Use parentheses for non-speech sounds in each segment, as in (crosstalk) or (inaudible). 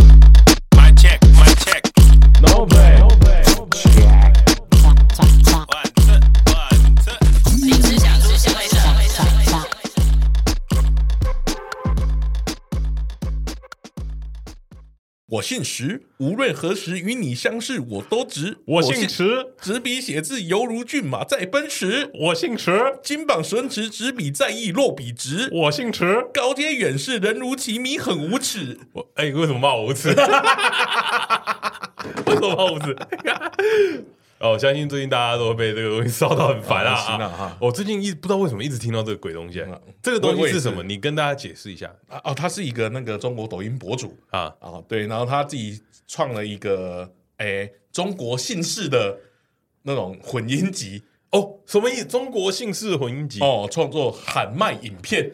(laughs) 我姓石，无论何时与你相识，我都直。我姓，池，执笔写字犹如骏马在奔驰，我姓池，金榜神驰，执笔在意落笔直。我姓池。高阶远视，人如其迷，很无耻。我哎、为什么骂我无耻？ (laughs) 为什么骂我无耻？ (laughs) 哦，我相信最近大家都被这个东西烧到很烦啊！很辛辣哈我最近一不知道为什么一直听到这个鬼东西啊嗯，这个东我西也是是什么？你跟大家解释一下啊哦，他是一个那个中国抖音博主啊！啊，对，然后他自己创了一个诶、中国姓氏的那种混音集哦，什么意思？中国姓氏混音集哦，创作喊麦影片，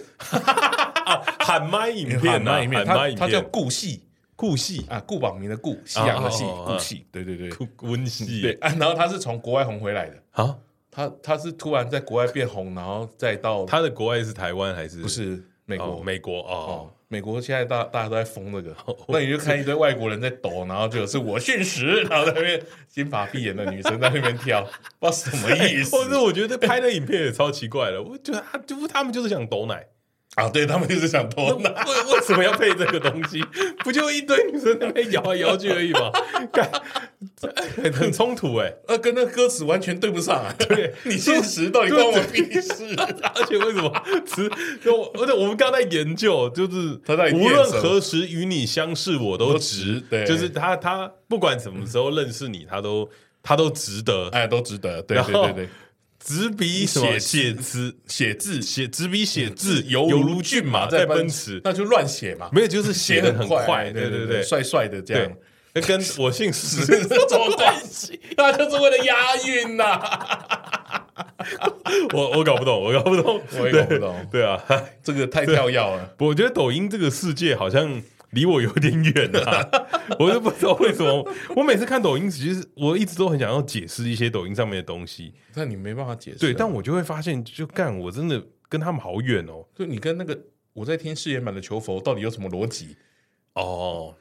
啊，喊麦影片啊，喊麦影片，他喊麦影他叫片，顾戏酷戏啊，顾宝明的顾，夕阳的夕，哦哦哦顾戏，对对对酷温戏对啊，然后他是从国外红回来的，啊！他他是突然在国外变红，然后再到他的国外是台湾还是不是美国哦，美国哦哦，美国现在大大家都在疯这个， (laughs) 那你就看一堆外国人在抖，然后就是我现实，然后在那边金发碧眼的女生在那边跳， (laughs) 不知道什么意思哎或者我觉得拍的影片也超奇怪了，我觉得他就是他们就是想抖奶，啊！对他们就是想偷那奶，为为什么要配这个东西？ (laughs) 不就一堆女生在那边摇来摇去而已吗？ (laughs) 干很很冲突哎、呃， (laughs) 跟那歌词完 (laughs) 全对不上啊！对你现实到底关我屁事？而且为什么词？就我而且我们刚才研究，就是他在念无论什么何时与你相识，我都值。对就是他他不管什么时候认识你，他都他都值得。 (laughs) 哎，都值得，对然对后对对，执笔写写写字，写字写执笔写字，犹犹嗯如骏骏马马在在奔奔驰驰，。那就乱写嘛，没有，就是写的很快，快，对对对，帅帅的这对样。，那跟我姓石这是 (laughs) 什么关系？ (laughs) 那就是为了押韵呐、 (laughs) 我我搞不懂，我搞不懂，我也搞不懂对对啊，嗨这个太跳跃了。我觉得抖音这个世界好像离我有点远啊，我就不知道为什么。我每次看抖音，其实我一直都很想要解释一些抖音上面的东西，那你没办法解释啊。对，但我就会发现，就干，我真的跟他们好远哦。就你跟那个我在听誓言版的求佛到底有什么逻辑？哦，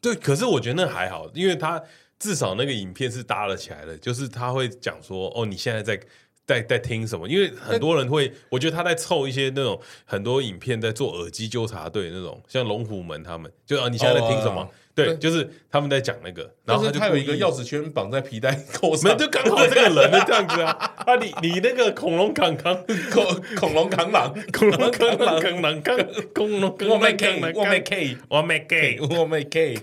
对，可是我觉得那还好，因为他至少那个影片是搭了起来的，就是他会讲说，哦，你现在在。在在听什么？因为很多人会，我觉得他在凑一些那种很多影片在做耳机纠察队那种，像龙虎门他们，就啊你现在在听什么？哦对，对就是他们在讲那个，然但后是就他有一个故意钥匙圈绑在皮带扣没有上，就刚好这个人的这样子啊啊！你你那个恐龙扛扛 (laughs) 恐恐龙扛狼，恐龙扛扛扛扛扛恐龙扛我妹扛 K，扛我妹 K，我没给我妹 K，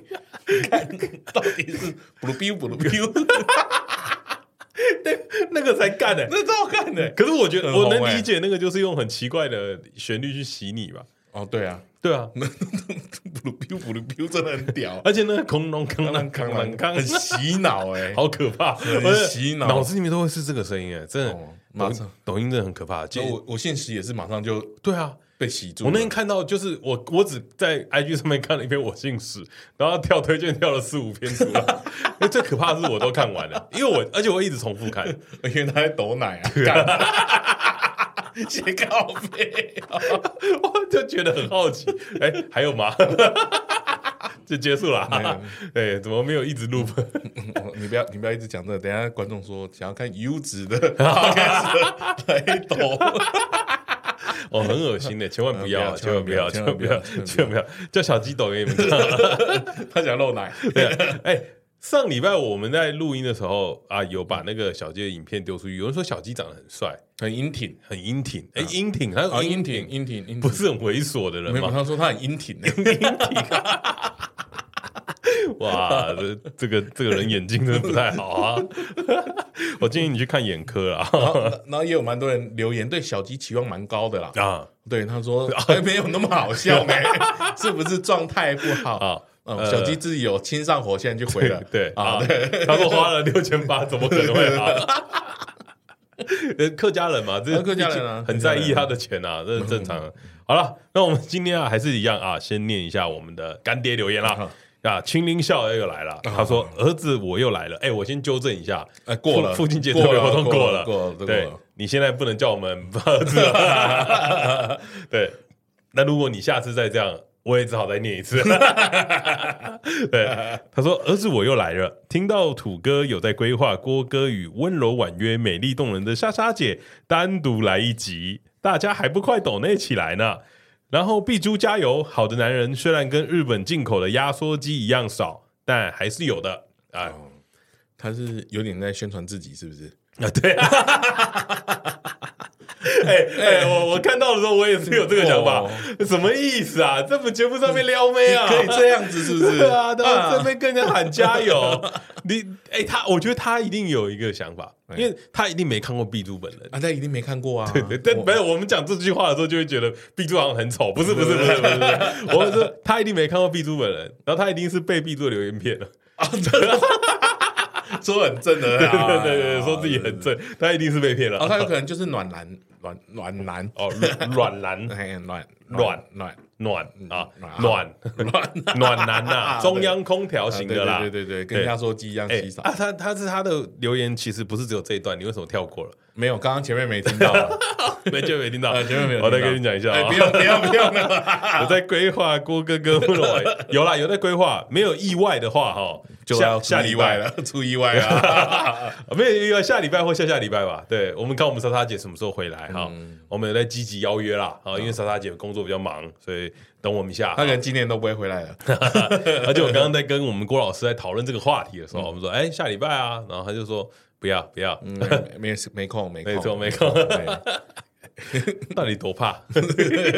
看到底是 blue biu blue (laughs) biu，那个才干的，那超好看的。 (laughs) 可是我觉得很红我能欸理解那个就是用很奇怪的旋律去洗你吧。哦，对 (laughs) 啊对啊， ，blue biu blue biu 真的很 (laughs) 屌，而且那个恐龙扛啷扛啷扛很，洗脑 (laughs) 哎。好可怕，很洗脑我的脑子里面都会是这个声音哎，真的哦，抖马音上抖音真的很可怕。所就以我我现实也是马上就对啊，被洗住了。我那天看到就是我我只在 IG 上面看了一篇我姓史，然后跳推荐跳了四五篇出 (laughs) 来，那最可怕的是我都看完了，因为我而且我一直重 (laughs) 复看，因为他在抖奶 (laughs) 啊，干 (laughs) 写稿费。我就觉得很好奇，哎，还有吗？ (laughs) 就结束了没有啊，哎，怎么没有一直录？哦 (laughs) 你不要，你不要一直讲这个，等一下观众说想要看优质的 (laughs) podcast 来抖，哦，很恶 (laughs) 心的，千万不要，嗯千万不要，千千万万不不要，要 (laughs) 千万不要，叫小鸡抖给你们看。他想露奶。(laughs) 对啊，哎，上礼拜我们在录音的时候啊，有把那个小鸡的影片丢出去，有人说小鸡长得很帅，很英挺很英挺，哎，英挺，他啊，是英挺，，英挺，英挺不是很猥琐的人没有，吗？他说他很英 (laughs) 挺呢。哇，这这个这个人眼睛真的不太好啊！ (laughs) 我建议你去看眼科啦。然后，然后也有蛮多人留言对小鸡期望蛮高的啦。啊对，他 (laughs) 说哎没 (laughs) 有那么好笑呢，是不是状态不好？啊，嗯，呃小鸡自己有亲上火线就回了。 (laughs) 对啊，啊对，，他说花了六千八，怎么可能会啊？呃 (laughs) 客家人嘛，这啊客家人啊嗯很在意他的钱啊，这是正常的。好了，那我们今天啊还是一样啊，先念一下我们的干爹留言啦嗯。啊，青林笑又来啊了，他说：“儿子，我又来了。”哎，我先纠正一下，哎过了父父亲节特别活动过了了，过了过了对过了，你现在不能叫我们 (laughs) 儿子了。 (laughs) 对，那如果你下次再这样，我也只好再念一次。 (laughs) 对，他说：“儿子，我又来了。听到土哥有在规划郭哥与温柔婉约、美丽动人的莎莎姐单独来一集，大家还不快抖内起来呢？然后碧珠加油，好的男人虽然跟日本进口的压缩机一样少，但还是有的啊哦他是有点在宣传自己，是不是？啊，对啊。哎哎，我我看到的时候，我也是 (laughs) 有这个想法哦，什么意思啊？这不节目上面撩妹啊？可以这样子，是不是？对 (laughs) 啊，到啊这边跟人家喊加油， (laughs) 你哎、他我觉得他一定有一个想法，因为他一定没看过碧珠本人。啊，他一定没看过啊。对，但我没有我们讲这句话的时候，就会觉得碧珠好像很丑，不是不是不是不是，不是 (laughs) 我们说他一定没看过碧珠本人，然后他一定是被碧珠留言骗了，说很正的对啊， (laughs) 对对对，说自己很正，他一定是被骗了哦，。他有可能就是暖男，暖暖 (laughs) 男， (laughs) 哦，软软男哎，暖暖暖暖啊啊暖 (laughs) 暖，暖 (laughs) 男呐，中央空调型的啦，啊对对对对，跟压缩机一样哎稀少。啊，他他是他的留言其实不是只有这一段，你为什么跳 (laughs) 过了？没有，刚刚前面没听到 (laughs) 啊，没就没听到，呃前面没有听到。我再跟你讲一下哎啊啊不，用不用不用了。我在规划郭哥哥不容易有啦，有在规划，没有意外的话哈， (laughs) 就下要下出礼意拜外，了， (laughs) 出意外啊了。没有意外，下礼拜或下下礼拜吧。对我们看我们莎莎姐什么时候回来哈，嗯我们有在积极邀约啦啊，因为莎莎姐工作比较忙，所以等我们一下 (laughs) 他。可能今年都不会回来了。 (laughs) 而且我刚刚在跟我们郭老师在讨论这个话题的时候，我们说哎下礼拜啊，然后他就说不要不要，嗯没没没空，没空，哎没错没空对到底多怕？ (laughs)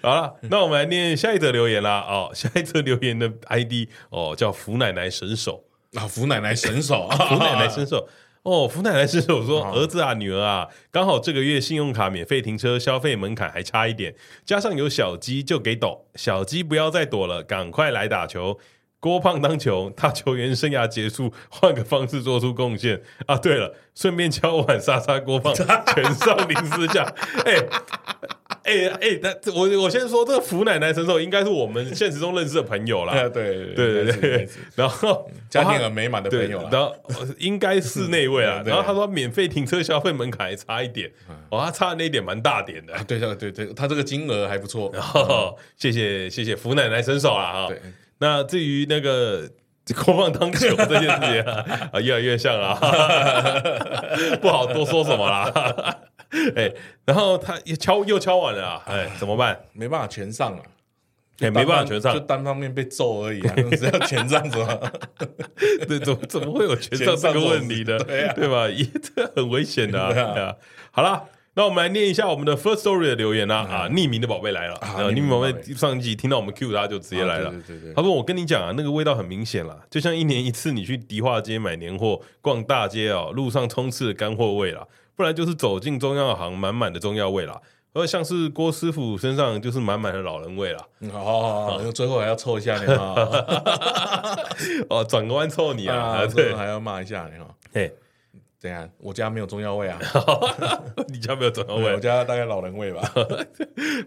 好了，那我们来念下一则留言啦。哦，下一则留言的 ID 哦叫福奶奶神手，啊，福奶啊奶神 (laughs) 手，福奶奶 (laughs) 神手。哦，福奶奶伸手说：“儿子啊，女儿啊，刚好这个月信用卡免费停车消费门槛还差一点，加上有小鸡就给抖，小鸡不要再躲了，赶快来打球。郭胖当球，他球员生涯结束，换个方式做出贡献啊！对了，顺便敲碗杀杀郭 (laughs) 胖，全上林之下。哎哎哎，那、这我我先说，这个福奶奶神手应该是我们现实中认识的朋友啦啊，。 (laughs) 对对对应该是嗯对，然后家庭很美满的对，朋友然了。。后呃应该是那位 (laughs) 啊对嗯然后他说免费停车消费门槛还差一点，哦，他差的那一点蛮大点的啊。 (laughs) 对对对对，他这个金额还不错。哦，谢谢谢谢福奶奶伸手啊啦哈 (laughs) 嗯对。那至于那个国放当球这件事情 (laughs) 啊，啊 (laughs) 越来越像了，不好多说什么啦。 (laughs) 哎，然后他也敲又敲完了啊，哎，怎么办？没办法全上啊，哎，单没办法方全上就，单方面被揍而已啊，只 (laughs) 要全上什么？ (laughs) 对，怎么怎么会有权杖这个问题呢？权杖这种事对啊吧？也这很危险的、啊。对啊对啊好啦，那我们来念一下我们的 first story 的留言啦、啊，匿名的宝贝来了啊呃匿匿名名宝宝贝贝上一集听到我们 Q 他就 (laughs) 直接来了。啊对对对对他说：“我跟你讲啊，那个味道很明显啦，就像一年一次你去迪化街买年货，逛大街哦，路上充斥着干货味啦，不然就是走进中药行满满的中药味啦。”而像是郭师傅身上就是满满的老人味啦，嗯好好好，好最后还要凑一下你哈， (laughs) 哦，转个弯凑你啊，啊啊最对后，还要骂一下你哈。哎，怎样？我家没有中药味啊，你家没有转个我弯，家大概老人味 (laughs) 吧，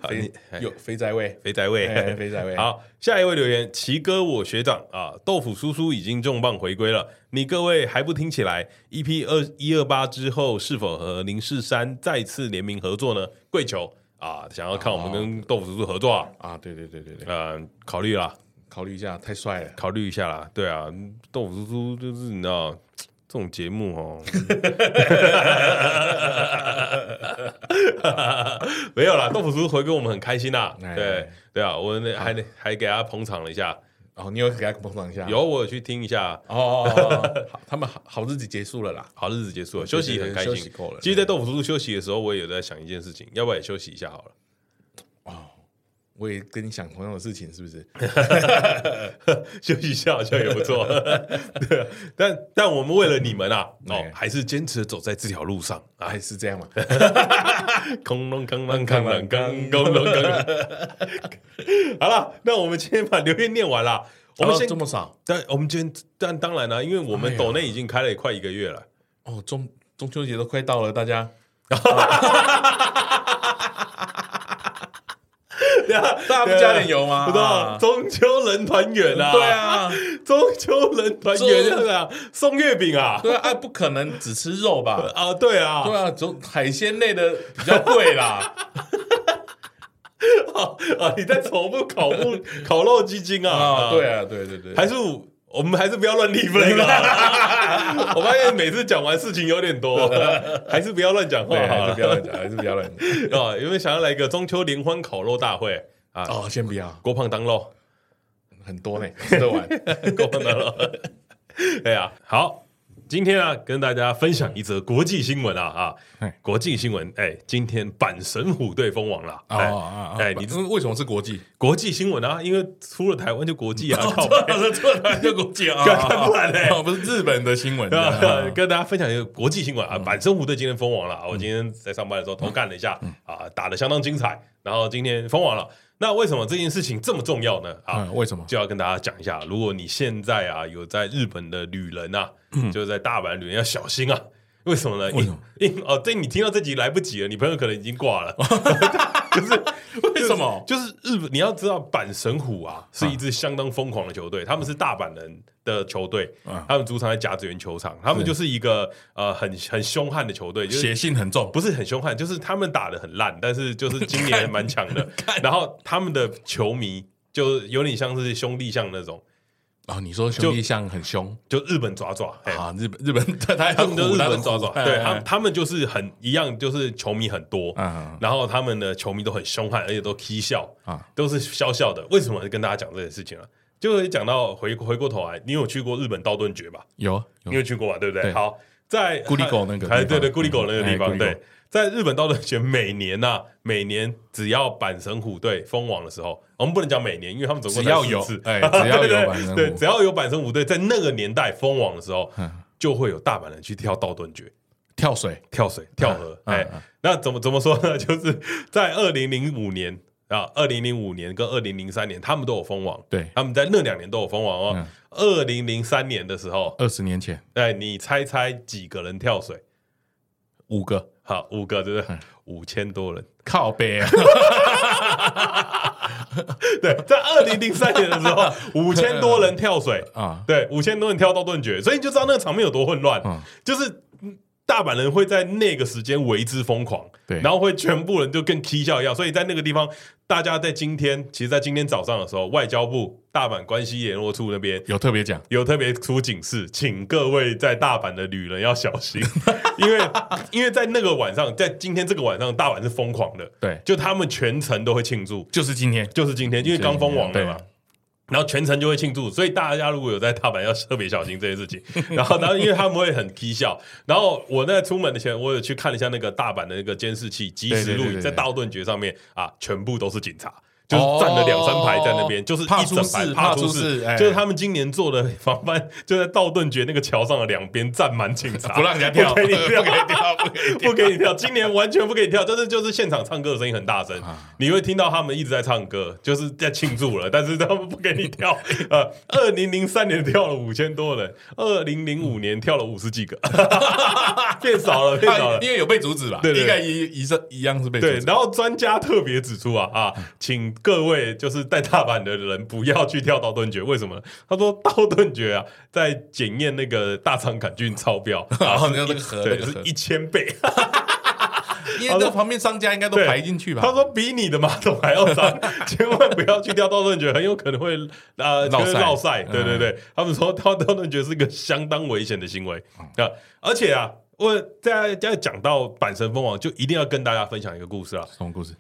好肥你有肥宅味， (laughs) 肥宅味，哎肥宅味。好，下一位留言，奇哥，我学长啊，豆腐叔叔已经重磅回归了，你各位还不听起来？EP 二一二八之后，是否和林世山再次联名合作呢？跪求啊，想要看我们跟哦豆腐叔叔合作啊，啊，对对对对对，嗯，考虑啦，考虑一下，太帅了。考虑一下啦，对啊，豆腐叔叔就是你知道。这种节目哦， (laughs) 没有啦，豆腐叔叔回归我们很开心啦，哎对对啊，我那还还给他捧场了一下，哦，你有给他捧场一下？有，我有去听一下。哦哦，哦哦好他们好好日子结束了啦。好日子结束了，对休息很开心。休息够了其实，在豆腐叔叔休息的时候，我也有在想一件事情，要不然也休息一下好了。我也跟你想同样的事情，是不是？啊休息一下好像也不错。 (laughs) 对啊，但但我们为了你们啊，哦对，还是坚持走在这条路上啊！还哎是这 (laughs) 样嘛？空隆空隆空隆空空隆空隆。 (laughs) 好了，那我们今天把留言念完了。我们哦先这，么少但我们 (laughs) 今天但当然了、因为我们抖内已经开了快一个月了。哦，中中秋节都快到了，大 (laughs) 家对啊，大家不加点油吗？啊不知道中秋人团圆啊！对啊， (laughs) 中秋人团圆这样啊，送月饼啊，对啊，啊，不可能只吃肉吧？啊，对啊，对啊，总海鲜类的比较贵 (laughs) 啦。啊，你在重复烤木烤肉基金啊，啊啊，对，啊，对对对，啊还是我们还是不要乱立 flag (laughs) 啊我发现每次讲完事情有点多， (laughs) 还是不要乱讲话对，还好是了不要乱讲，还是不要乱讲。 (laughs) 啊！有没有想要来个中秋联欢烤肉大会啊？ (laughs) 哦，先不要，郭胖当肉，很多呢， (laughs) 吃得完。郭胖当肉， (laughs) 对啊，好。今天啊，跟大家分享一则国际新闻啊啊嘿，国际新闻，哎，今天阪神虎队封王了，哦哎哦，哎哎，你你这为什么是国 (laughs) 际？国际新闻啊，因为出了台湾就国际哦啊，靠北这当然叫国际 (laughs) 啊，干不然嘞哦不是日本的 (laughs) 新闻。对 (laughs) 啊这样啊嗯跟大家分享一个国际新闻啊，阪神虎队今天封王了啊！我今天在上班的时候偷看了一下嗯啊，打的相当精彩，然后今天封王了。那为什么这件事情这么重要呢？啊， (laughs) 嗯，为什么？就要跟大家讲一下，如果你现在啊有在日本的旅人啊，就是在大阪的旅人要小心啊。为什么呢？嗯为什么因？因哦，对你听到这集来不及了，你朋友可能已经挂 (laughs) 了。为什么？就是日本，你要知道阪神虎啊，是一支相当疯狂的球队，他们是大阪人的球队，嗯他们主场在甲子园球场，他们就是一个呃很很凶悍的球队，就是血性很重，不是很凶悍，就是他们打的很烂，但是就是今年蛮强的，然后他们的球迷就是有点像是兄弟像那种，啊，你说兄弟像很凶就日本爪爪，哎啊？日本日本，他他他们就日本找爪找，爪，哎对哎他他们就是很一样，就是球迷很多，嗯然后他们的球迷都很凶悍，而且都嬉笑啊都是笑笑的。为什么跟大家讲这件事情啊？就会讲到回回过头来，你有去过日本道顿崛吧？有你有有去过吧？对不对？对好，在孤立狗那个地方哎，对对，孤立狗那个地哎孤方，立狗对，在日本道顿崛每年呐、每年只要阪神虎队封王的时候，我们不能讲每年，因为他们总共只要才四有次哎只要有 (laughs) 对对阪神虎对，只要有阪神虎队在那个年代封王的时候嗯，就会有大阪人去跳道顿崛。 (laughs) 跳水跳水、跳河。嗯哎、嗯那怎么怎么说呢？ (laughs) 就是在二零零五年啊，二零零五年跟二零零三年，他们都有封王。对他们在那两年都有封王嗯哦。二零零三年的时候，二十年前哎，你猜猜几个人跳水？五个好，五个，对不嗯对？五千多人。 (laughs) 靠背啊，对，在二零零三年的时候， (laughs) 五千多人跳水 (laughs) 啊对，五千多人跳到顿觉，所以你就知道那个场面有多混乱。嗯就是嗯大阪人会在那个时间为之疯狂，对然后会全部人就跟踢笑一样。所以在那个地方，大家在今天，其实，在今天早上的时候，外交部大阪关系联络处那边有特别讲有特别出警示，请各位在大阪的旅人要小心， (laughs) 因为因为在那个晚上，在今天这个晚上，大阪是疯狂的，对就他们全程都会庆祝，就是今天就是今天，因为刚封王了嘛对。然后全程就会庆祝，所以大家如果有在大阪，要特别小心这件 (laughs) 事情。然后，然后因为他们会很讥笑。然后我在出门的前，我有去看了一下那个大阪的那个监视器即时对对录对影，对在道顿崛上面啊，全部都是警察，就是站了两三排在那边，哦就是怕一出整排事怕怕出出事哎就是他们今年做的防范，就在道顿崛那个桥上的两边站满警察，不让人家跳， (laughs) 不给你 (laughs) 不跳，给你跳，不给你 (laughs) 不给你跳，今年完全不给你跳，但是就是现场唱歌的声音很大声，啊你会听到他们一直在唱歌，就是在庆祝了，但是他们不给 (laughs) 你跳。呃，二零零三年跳了五千多人，二零零五年跳了五十几个， (laughs) 变少了，变少跳，了。因为有被阻止吧？对对对应该一一是一样是被阻对，止。然后专家特别指出啊啊，请各位就是在大阪的人不要去跳道顿崛，为什么呢？他说道顿崛啊，在检验那个大肠杆菌超 (laughs) 标，然哦后你看那个河，那对，个是河一，千倍。因为这旁边商家应该都对排进去吧？他说比你的马桶还要 (laughs) 脏，千万不要去掉道顿觉，很有可能会呃落就是塞落塞。对对嗯对，他们说掉道顿觉是一个相当危险的行为嗯啊，而且啊。我在在讲到阪神蜂王，就一定要跟大家分享一个故事啊。什么故事？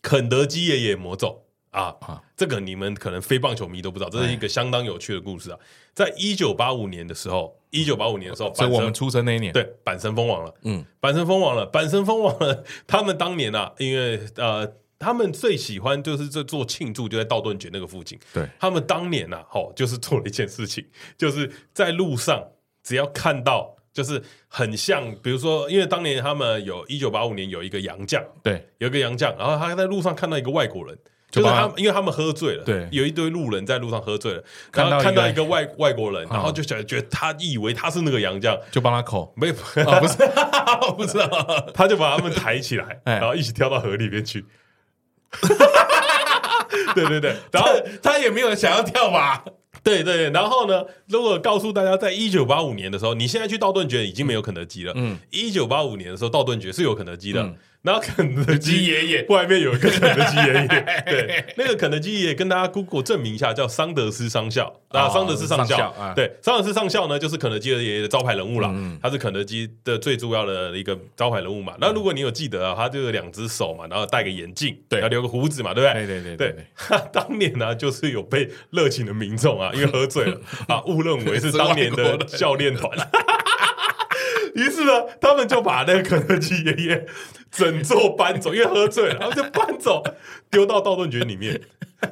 肯德基爷爷魔咒啊啊这个你们可能非棒球迷都不知道，这是一个相当有趣的故事啊。在一九八五年的时候，一九八五年的时候，所以阪我神们出生那一年，对，阪神封王了，嗯嗯，阪神封王了，阪神封王了。他们当年啊，因为呃，他们最喜欢就是这做庆祝，就在道顿崛那个附近。对他们当年啊，哦，就是做了一件事情，就是在路上只要看到。就是很像，比如说，因为当年他们有一九八五年有一个洋将，对，有一个洋将，然后他在路上看到一个外国人，就就是把他他们，因为他们喝醉了，对有一堆路人在路上喝醉了，看然后到看一个嗯到一个外外国人，然后就想觉得他以为他是那个洋将，就帮他口。没有， (laughs) 哦，不是，我不知道。他就把他们抬起来，哎然后一起跳到河里面 (laughs) 去。对对对，然然后后他也没有想要跳吧？对对对，然后呢？如果告诉大家，在一九八五年的时候，你现在去道顿崛已经没有肯德基了。嗯，一九八五年的时候，道顿崛是有肯德基的。然后肯德鸡基爷爷外面有一个肯德基 (laughs) 爷爷，对，那个肯德基爷爷跟大家 Google 证明一下，叫桑德斯上校啊，哦桑德斯上上校校啊，嗯对，桑德斯上校呢就是肯德基的爷爷的招牌人物啦，他是肯德基的最重要的一个招牌人物嘛。那如果你有记得啊，他就有两只手嘛，然后戴个眼镜，对然后留个胡子嘛，对不对？对对对对对对，他 (laughs) 当年呢、就是有被热情的民 (laughs) 众啊，因为喝醉了啊，误认为是当年是外的国人教练团。 (laughs) 于是呢，他们就把那个肯德基爷爷整座搬走，因为喝醉了，然后就搬走，丢到道顿崛里面。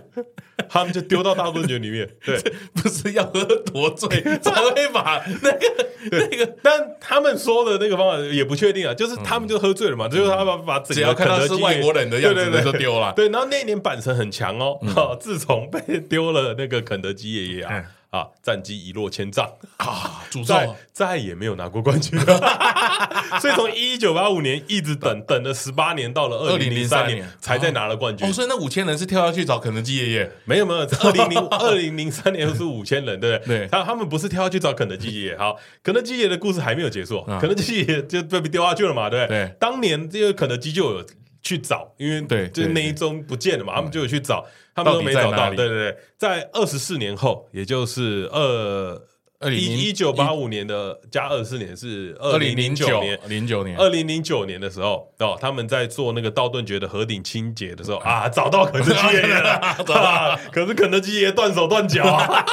(laughs) 他们就丢到道顿崛 (laughs) 里面，对，不是要喝多 (laughs) 醉才会把那个那个，但他们说的那个方法也不确定啊，就是他们就喝醉了嘛，就是他们把整嗯只个要看肯到德是基也外国人的样子，对对那对就丢了。对，然后那一年板神很强哦，哈自从被丢了那个肯德基爷爷啊，啊，战绩一落千丈，啊，诅再咒再也没有拿过冠军了。 (laughs) 所以从一九八五年一直等等了十八年，到了二零零2003三年年才再拿了冠军哦，。所以那五千人是跳下去找肯德基爷爷，没有 (laughs) 没有，二零零二零零三年是五千人，对不对？对他他们不是跳下去找肯德基爷爷，好， (laughs) 肯德基爷爷的故事还没有结束，啊肯德基爷爷就被丢下去了嘛，对不对？对当年这个肯德基就有去找，因为对就是对那一宗不见了嘛，他们就有去找，他们都没到找底在哪到，里对对对，在二十四年后，也就是二2001一一九八五年的加二十四年是二二零零零零九九年。零九年，二零零九年的时候，哦，他们在做那个道顿崛的河顶清洁的时候啊，找到肯德基爷爷了， (laughs) 啊可是肯德基爷爷断手断脚啊，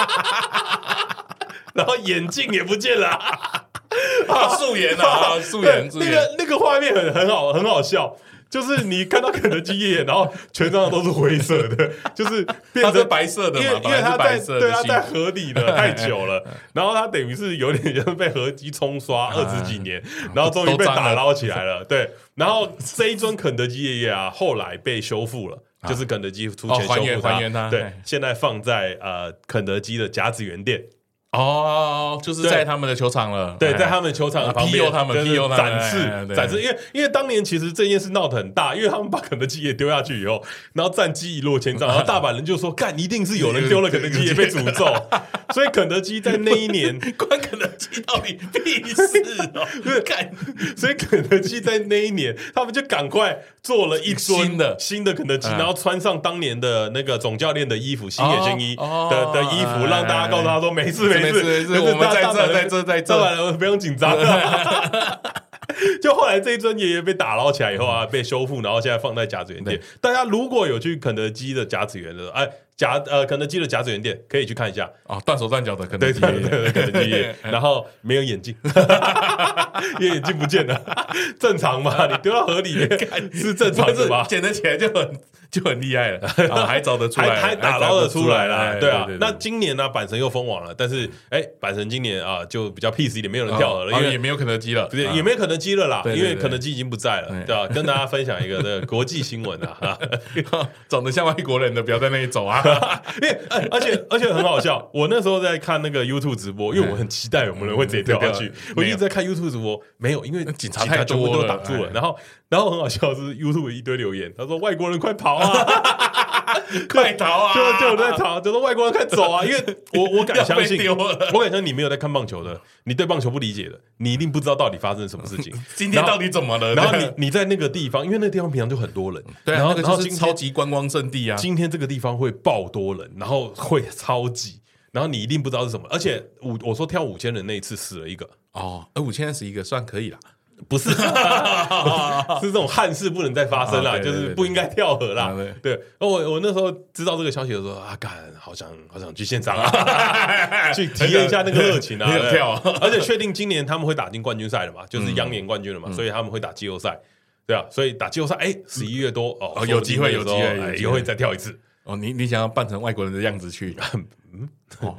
(laughs) 然后眼镜也不见了啊，啊素颜 (laughs) 啊，素颜素对那颜，个那个画面很很好，很好笑。就是你看到肯德基爷爷，然后全身上都是灰色的，就是变它是成白色的因为嘛，因本为来他是白在色对的他信在河 (laughs) 里了太久了，然后他等于是有点就是被河基冲 (laughs) 刷二十几年，然后终于嗯都被脏了打捞起来了。对，然后这一尊肯德基爷爷啊，后来被修复了。就是肯德基出哦钱还修原复还原它对哎，现在放在呃肯德基的甲子园店，哦，就是对在他们的球场了，对，哎在他们球场的啊旁边， PU 他们就是 PU 他们展哎哎哎示对展示，因为因为当年其实这件事闹得很大，因为他们把肯德基也丢下去以后，然后战绩一落千丈，然后大阪人就说：“干，一定是有人丢了肯德基也被诅 (laughs) 咒。”所以肯德基在那一年，关肯德基到底屁事哦，干 (laughs) 所以肯德基在那一年，他们就赶快做了一尊新的新的肯德基，嗯然后穿上当年的那个总教练的衣服，新野新一的哦哦的衣哎服，让大家告诉他说：“没事没事没事事就是我们大在大这阪人在这在这大阪人不用紧张。”啊 (laughs) 就后来这一尊爷爷被打捞起来以后啊，被修复，然后现在放在甲子园店。大家如果有去肯德基的甲子园的，哎，甲呃肯德基的甲子园店可以去看一下， (laughs) 哦，断手断脚的肯德对基对爷爷，哎对，肯德基爷，然后没有眼镜， (laughs) 因为眼镜不见了，正常嘛？你丢到河里面是正常不的哎是吧？捡得起来就很就很厉害了， (laughs) 啊还找得出还来，还打捞得出来了，啦哎，对啊。对那今年呢，板神又封王了，但是哎，板神今年啊就比较 peace 一点，没有人跳河了，哦因也为没有肯德基了，对，啊也没有肯德基了啦，对对因为对肯德基已经不在了，对吧？跟大家分享一个这个国际新闻啊，哈 (laughs) 长得像外国人的不要在那里走啊， (laughs) 因为哎而且而且很好笑，我那时候在看那个 YouTube 直播，因为我很期待有没有人会直接跳下去嗯，我没一有直在看 YouTube 直播，没有，因为警察太全部多都了挡住了哎。然后然后很好笑的是 YouTube 一堆留言，他说外国人快 (laughs) 跑啊，快逃啊！就就有在逃，就说外国人快走啊，因为我我敢相信 (laughs) 要被丢了，我敢相信你没有在看棒球的，你对棒球不理解的，你一定不知道到底发生了什么事情。 (laughs) 今天然后到底怎么了？然后你你在那个地方，因为那个地方平常就很多人，对啊，然后那个然后就是今天超级观光圣地啊，今天这个地方会爆多人，然后会超级，然后你一定不知道是什么。而且五我说跳五千人那一次死了一个，哦，五千十一个算可以啦，不 (laughs) 是，是这种憾事不能再发生啊啦，对就对对是不应该跳河啦啊对。对，然后我我那时候知道这个消息的时候啊，干，好想好想去现场 (laughs) 啊，去体验一下那个热情啊，很想对跳嗯啊 (laughs) 而且确定今年他们会打进冠军赛了嘛，就是央年冠军了嘛，所以他们会打季后赛。对啊，所以打季后赛，哎，十一月多哦哦，有机会说不定有机会那时候有机哎会又会再跳一次。哦，你你想要扮成外国人的样子去？嗯哦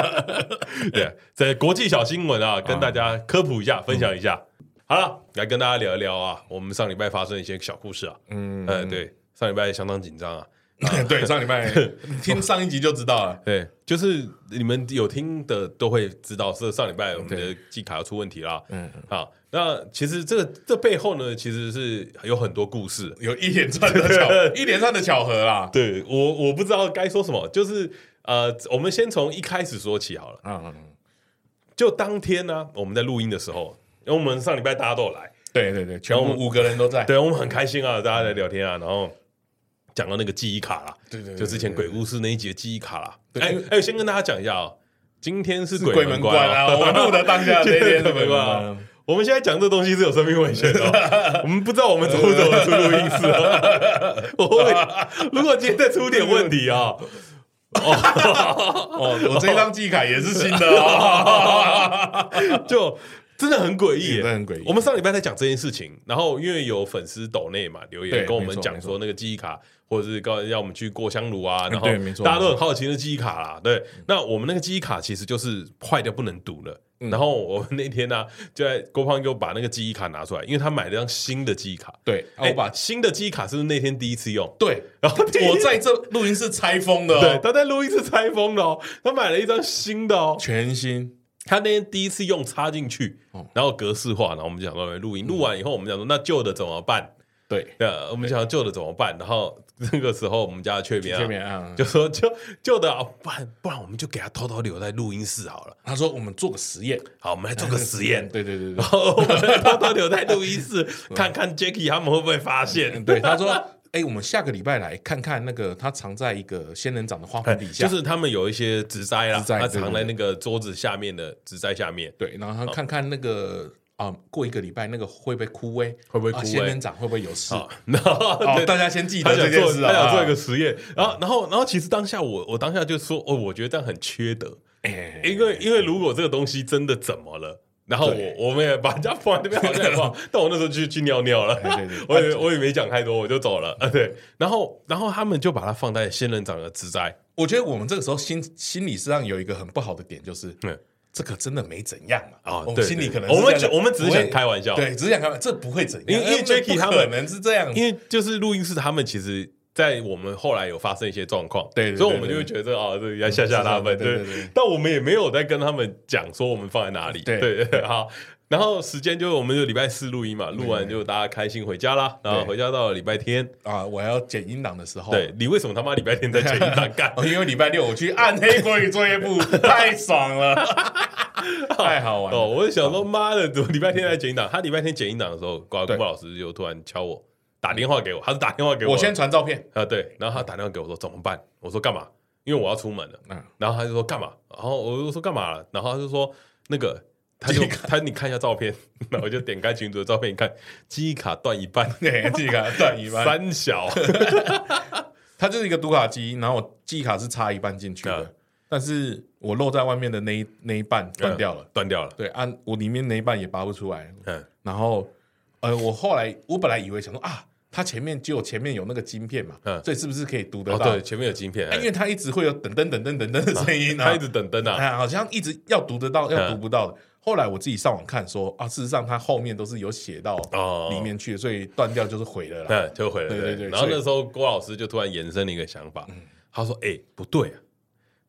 (laughs) 对，这国际小新闻啊，嗯跟大家科普一下，分享一下。好了，来跟大家聊一聊啊，我们上礼拜发生一些小故事啊。嗯，呃，对，上礼拜相当紧张啊。 (laughs) 对，上礼 (laughs) 拜听上一集就知道了。对，就是你们有听的都会知道，是上礼拜我们的季卡要出问题啦。嗯，好，那其实这个这背后呢，其实是有很多故事。有一连串的 (laughs) 巧，一连串的巧合啦。对我，我不知道该说什么，就是呃，我们先从一开始说起好了。嗯，就当天呢、我们在录音的时候，因为我们上礼拜大家都有来，对对对，全然后部我们五个人都在，对我们很开心啊，大家来聊天啊，然后讲到那个记忆卡啦，对对对就之前鬼故事那一集的记忆卡啦。对哎因为哎，先跟大家讲一下哦，今天是鬼鬼门门关关哦啊！我们录的当下那一天 (laughs) 是鬼门关啊，我们现在讲这东西是有生命危 (laughs) 险的哦，我们不知道我们走不走得出录音 (laughs) 室哦。我会，如果今天再出点问题啊，哦，我这张季卡也是新的啊， (laughs) 就真的很诡异嗯耶，真的很诡异我们上礼拜在讲这件事情，然后因为有粉丝抖内嘛留对言跟我没们错嗯讲说那个记忆卡，或者是告要我们去过香炉啊，然后对没错嗯大家都很好奇那记忆卡啦。对，那我们那个记忆卡其实就是坏的不能读了。嗯然后我们那天呢、啊就在郭胖又把那个记忆卡拿出来，因为他买了一张新的记忆卡。对，啊哎我把新的记忆卡是不是那天第一次 (laughs) 用？对，然后第一我在这录音室拆封的，对哦，他在录音室拆封的哦，他买了一张新的哦，全新，他那天第一次用插进去哦，嗯然后格式化，然后我们讲说哎录音，录完以后我们讲说那旧的怎么办？啊对，那我们想旧的怎么办？然后那个时候我们家的雀这边边啊，啊，就说旧旧的啊，不然不然我们就给他偷偷留在录音室好了。他说我们做个实 (laughs) 验，好，我们来做个 (laughs) 实验，对对对对然后我们偷偷留在录 (laughs) 音室，看看 Jacky 他们会不会发现嗯，。啊对， (laughs) 他说，哎，我们下个礼拜来看看那个他藏在一个仙人掌的花盆底下哎就，是他们有一些植栽啦，植栽它对对藏对在那个桌子下面的植栽下面。对，然后他看看那个啊，过一个礼拜那个会不会枯萎，会不会啊枯仙萎人掌会不会有事？好，然后 (laughs) 哦对，大家先记他得想这做件，事他啊，想做一个实验，然后，然后，然后，其实当下我，我当下就说，哦，我觉得这样很缺德，哎，因为，因为如果这个东西真的怎么了，然后对我我 (laughs) 们也把人家放在那边好像也 (laughs) 不好，但我那时候去去尿尿了哎对对， (laughs) 我也我也没讲太多，我就走了，啊，对，然后，然后他们就把它放在仙人掌的植栽，我觉得我们这个时候心心理上有一个很不好的点，就是嗯这个真的没怎样嘛。啊我们对心里对可能我是们这样只我们只是不会想开玩笑对，只是想开玩笑，这不会怎样，因为因为哎这 Jacky 不他可们能是这样，啊因为就是录音室他们其实。在我们后来有发生一些状况，对对对所以我们就会觉得啊，这要吓吓他们，是是是对对对对。但我们也没有在跟他们讲说我们放在哪里，对对 (laughs) 对。好，然后时间就我们就礼拜四录音嘛，录完就大家开心回家啦。然后回家到了礼拜天，啊，我要剪音档的时候， (laughs) 对你为什么他妈礼拜天在前一档 (laughs) 干？哦，因为礼拜六我去暗黑国语作业 (laughs) 部，太爽了，太好玩哦，了。我就想说，妈的，怎么礼拜天在剪音档？他礼拜天剪音档的时候，瓜对郭老师就突然敲我，打电话给我，他是打电话给我，我先传照片， (laughs) 啊，对，然后他打电话给我说怎么办？我说干嘛？因为我要出门了。嗯然后他就说干嘛？然后我就说干嘛了？然后他就说那个，他就记忆卡他你看一下照片，然后我就点开群主的照片一看，记忆卡断一半，对，记忆卡断一半，三小，它就是一个读卡机，然后我记忆卡是插一半进去的嗯，但是我露在外面的那一那一半断掉了，断掉了。对，按、我里面那一半也拔不出来，嗯，然后呃，我后来我本来以为想说啊，它前面只有前面有那个晶片嘛，嗯所以是不是可以读得哦到？对，前面有晶片，哎因为它一直会有噔噔噔噔噔噔的声音啊，他一直等灯啊，啊，好像一直要读得到，要嗯读不到的。后来我自己上网看说啊，事实上它后面都是有写到哦里面去，所以断掉就是毁了啦。嗯，就回来了。对对对然所后以嗯那时候郭老师就突然延伸了一个想法，他说：“哎，不对啊，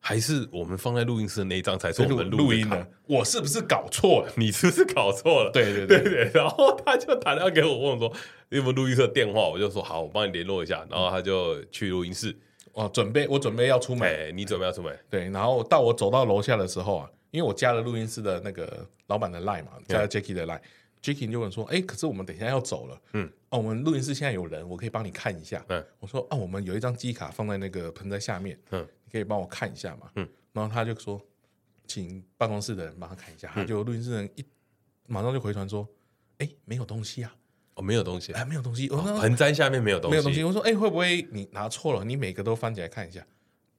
还是我们放在录音室的那一张才是所我以录们录的音卡 (laughs) 的，我是不是搞错了？你是不是搞错了？”对对对对， (laughs) 对，然后他就打电话给我，问我说你有没有录音室的电话，我就说好，我帮你联络一下。然后他就去录音室，哦，准备我准备要出门，哎，你准备要出门？对，然后到我走到楼下的时候啊，因为我加了录音室的那个老板的 line 嘛，加了 Jacky 的 line，Jacky 就问说：“哎、可是我们等一下要走了，嗯嗯，哦，我们录音室现在有人，我可以帮你看一下。”嗯嗯，我说：“哦，我们有一张机卡放在那个盆栽下面，嗯嗯，你可以帮我看一下嘛。”嗯嗯，然后他就说：“请办公室的人帮他看一下。他就录音室的人一马上就回传说：“哎、没有东西啊，哦，没有东 (laughs) 西，哎，没有东西。我说盆栽下面哦没有：“东没有东西。”西。我说：“哎、会不会你拿错了？你每个都翻起来看一下，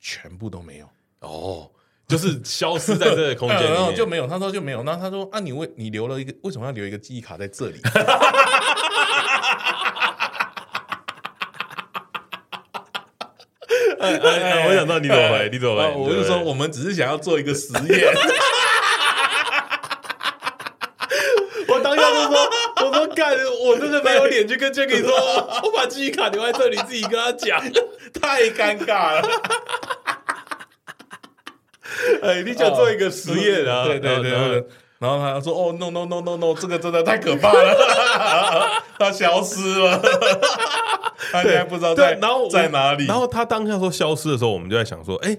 全部都没有。”哦，就是消失在这个空间嗯 (laughs) 然里后面，就没有，他说就没有。然后他说啊，你为你留了一个，为什么要留一个记忆卡在这里？哎哎 (laughs) 哎我想到你怎么回，你怎么啊回？我就你怎说么回我们只是想要做一个实验， (laughs) 我当下就说，我说干，我真的没有脸去跟 Jacky 说，我把记忆卡留在这里，自己跟他讲。太尴尬了。 (laughs) 哎，你想做一个实验啊？对对对然后对。然后他说：“哦，no no no no no，这个真的太可怕了， (laughs) 他消失了， (laughs) 他现在不知道对在然后我在哪里。”然后他当下说消失的时候，我们就在想说，哎，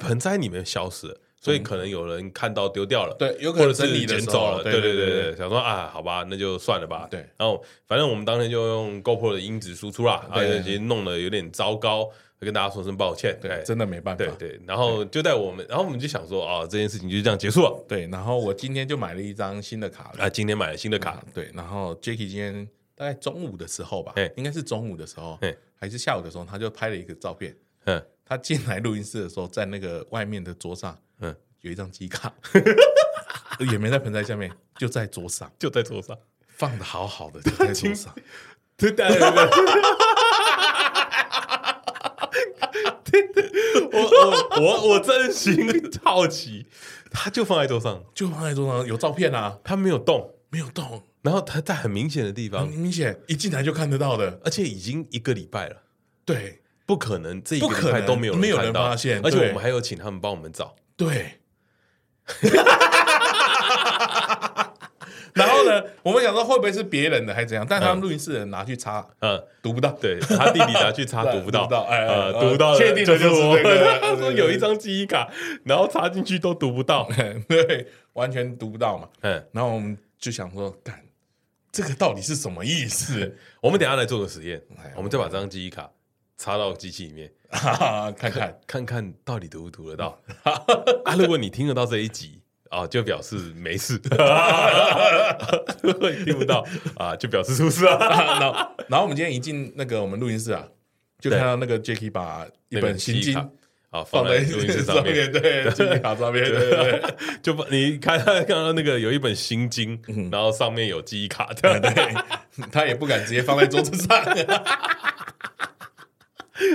盆栽里面消失了，所以可能有人看到丢掉了，对，有可或能者整是理的捡时走候，了，对对对对，想说啊，好吧，那就算了吧。对，然后反正我们当天就用 GoPro 的音质输出啦，啊，对已经弄得有点糟糕，跟大家说声抱歉。哎对，真的没办法对。对，然后就在我们，然后我们就想说啊，这件事情就这样结束了。对，然后我今天就买了一张新的卡了。啊，今天买了新的卡，对，然后 Jacky 今天大概中午的时候吧嘿，应该是中午的时候嘿，还是下午的时候，他就拍了一个照片。嗯，他进来录音室的时候，在那个外面的桌上，嗯嗯，有一张机卡，也没在盆栽下面，就在桌上就在桌上。放的好好的，就在桌上。对对对对。 (laughs) 我我我我真心好奇，他就放在桌上，就放在桌上，有照片啊，他没有动，没有动，然后他在很明显的地方很，明显一进来就看得到的。而且已经一个礼拜了，对不可能这一个不礼可拜能都没有没有看人到发现而且对我们还有请他们帮我们找，对。 (laughs) 然后呢，我们想说会不会是别人的还是怎样，但他们录音室的人拿去擦，嗯。读不到。对他弟弟拿去擦读不到，读不到哎呃，哎读不到的确定就的是就是我们这个 (laughs) 他说有一张记忆卡，然后插进去都读不到。 (laughs) 对，完全读不到嘛。嗯，然后我们就想说，干这个到底是什么意思？ (laughs) 我们等一下来做个实验哎，我们再把这张记忆卡插到机器里 (laughs) 面，哈哈，看看看看到底读不读得到。 (laughs) 啊，如果你听得到这一集啊，就表示没事；如果你听不到啊，就表示出事啊。 (laughs) 然后，然后我们今天一进那个我们录音室啊，就对看到那个 Jacky 把一那个本记行忆经卡啊放放在在录音室上上面，面，对，记忆卡上面，对对对就把你看看到那个有一本心经，然后上面有记忆卡的，对，他也不敢直接放在桌子上。 (laughs)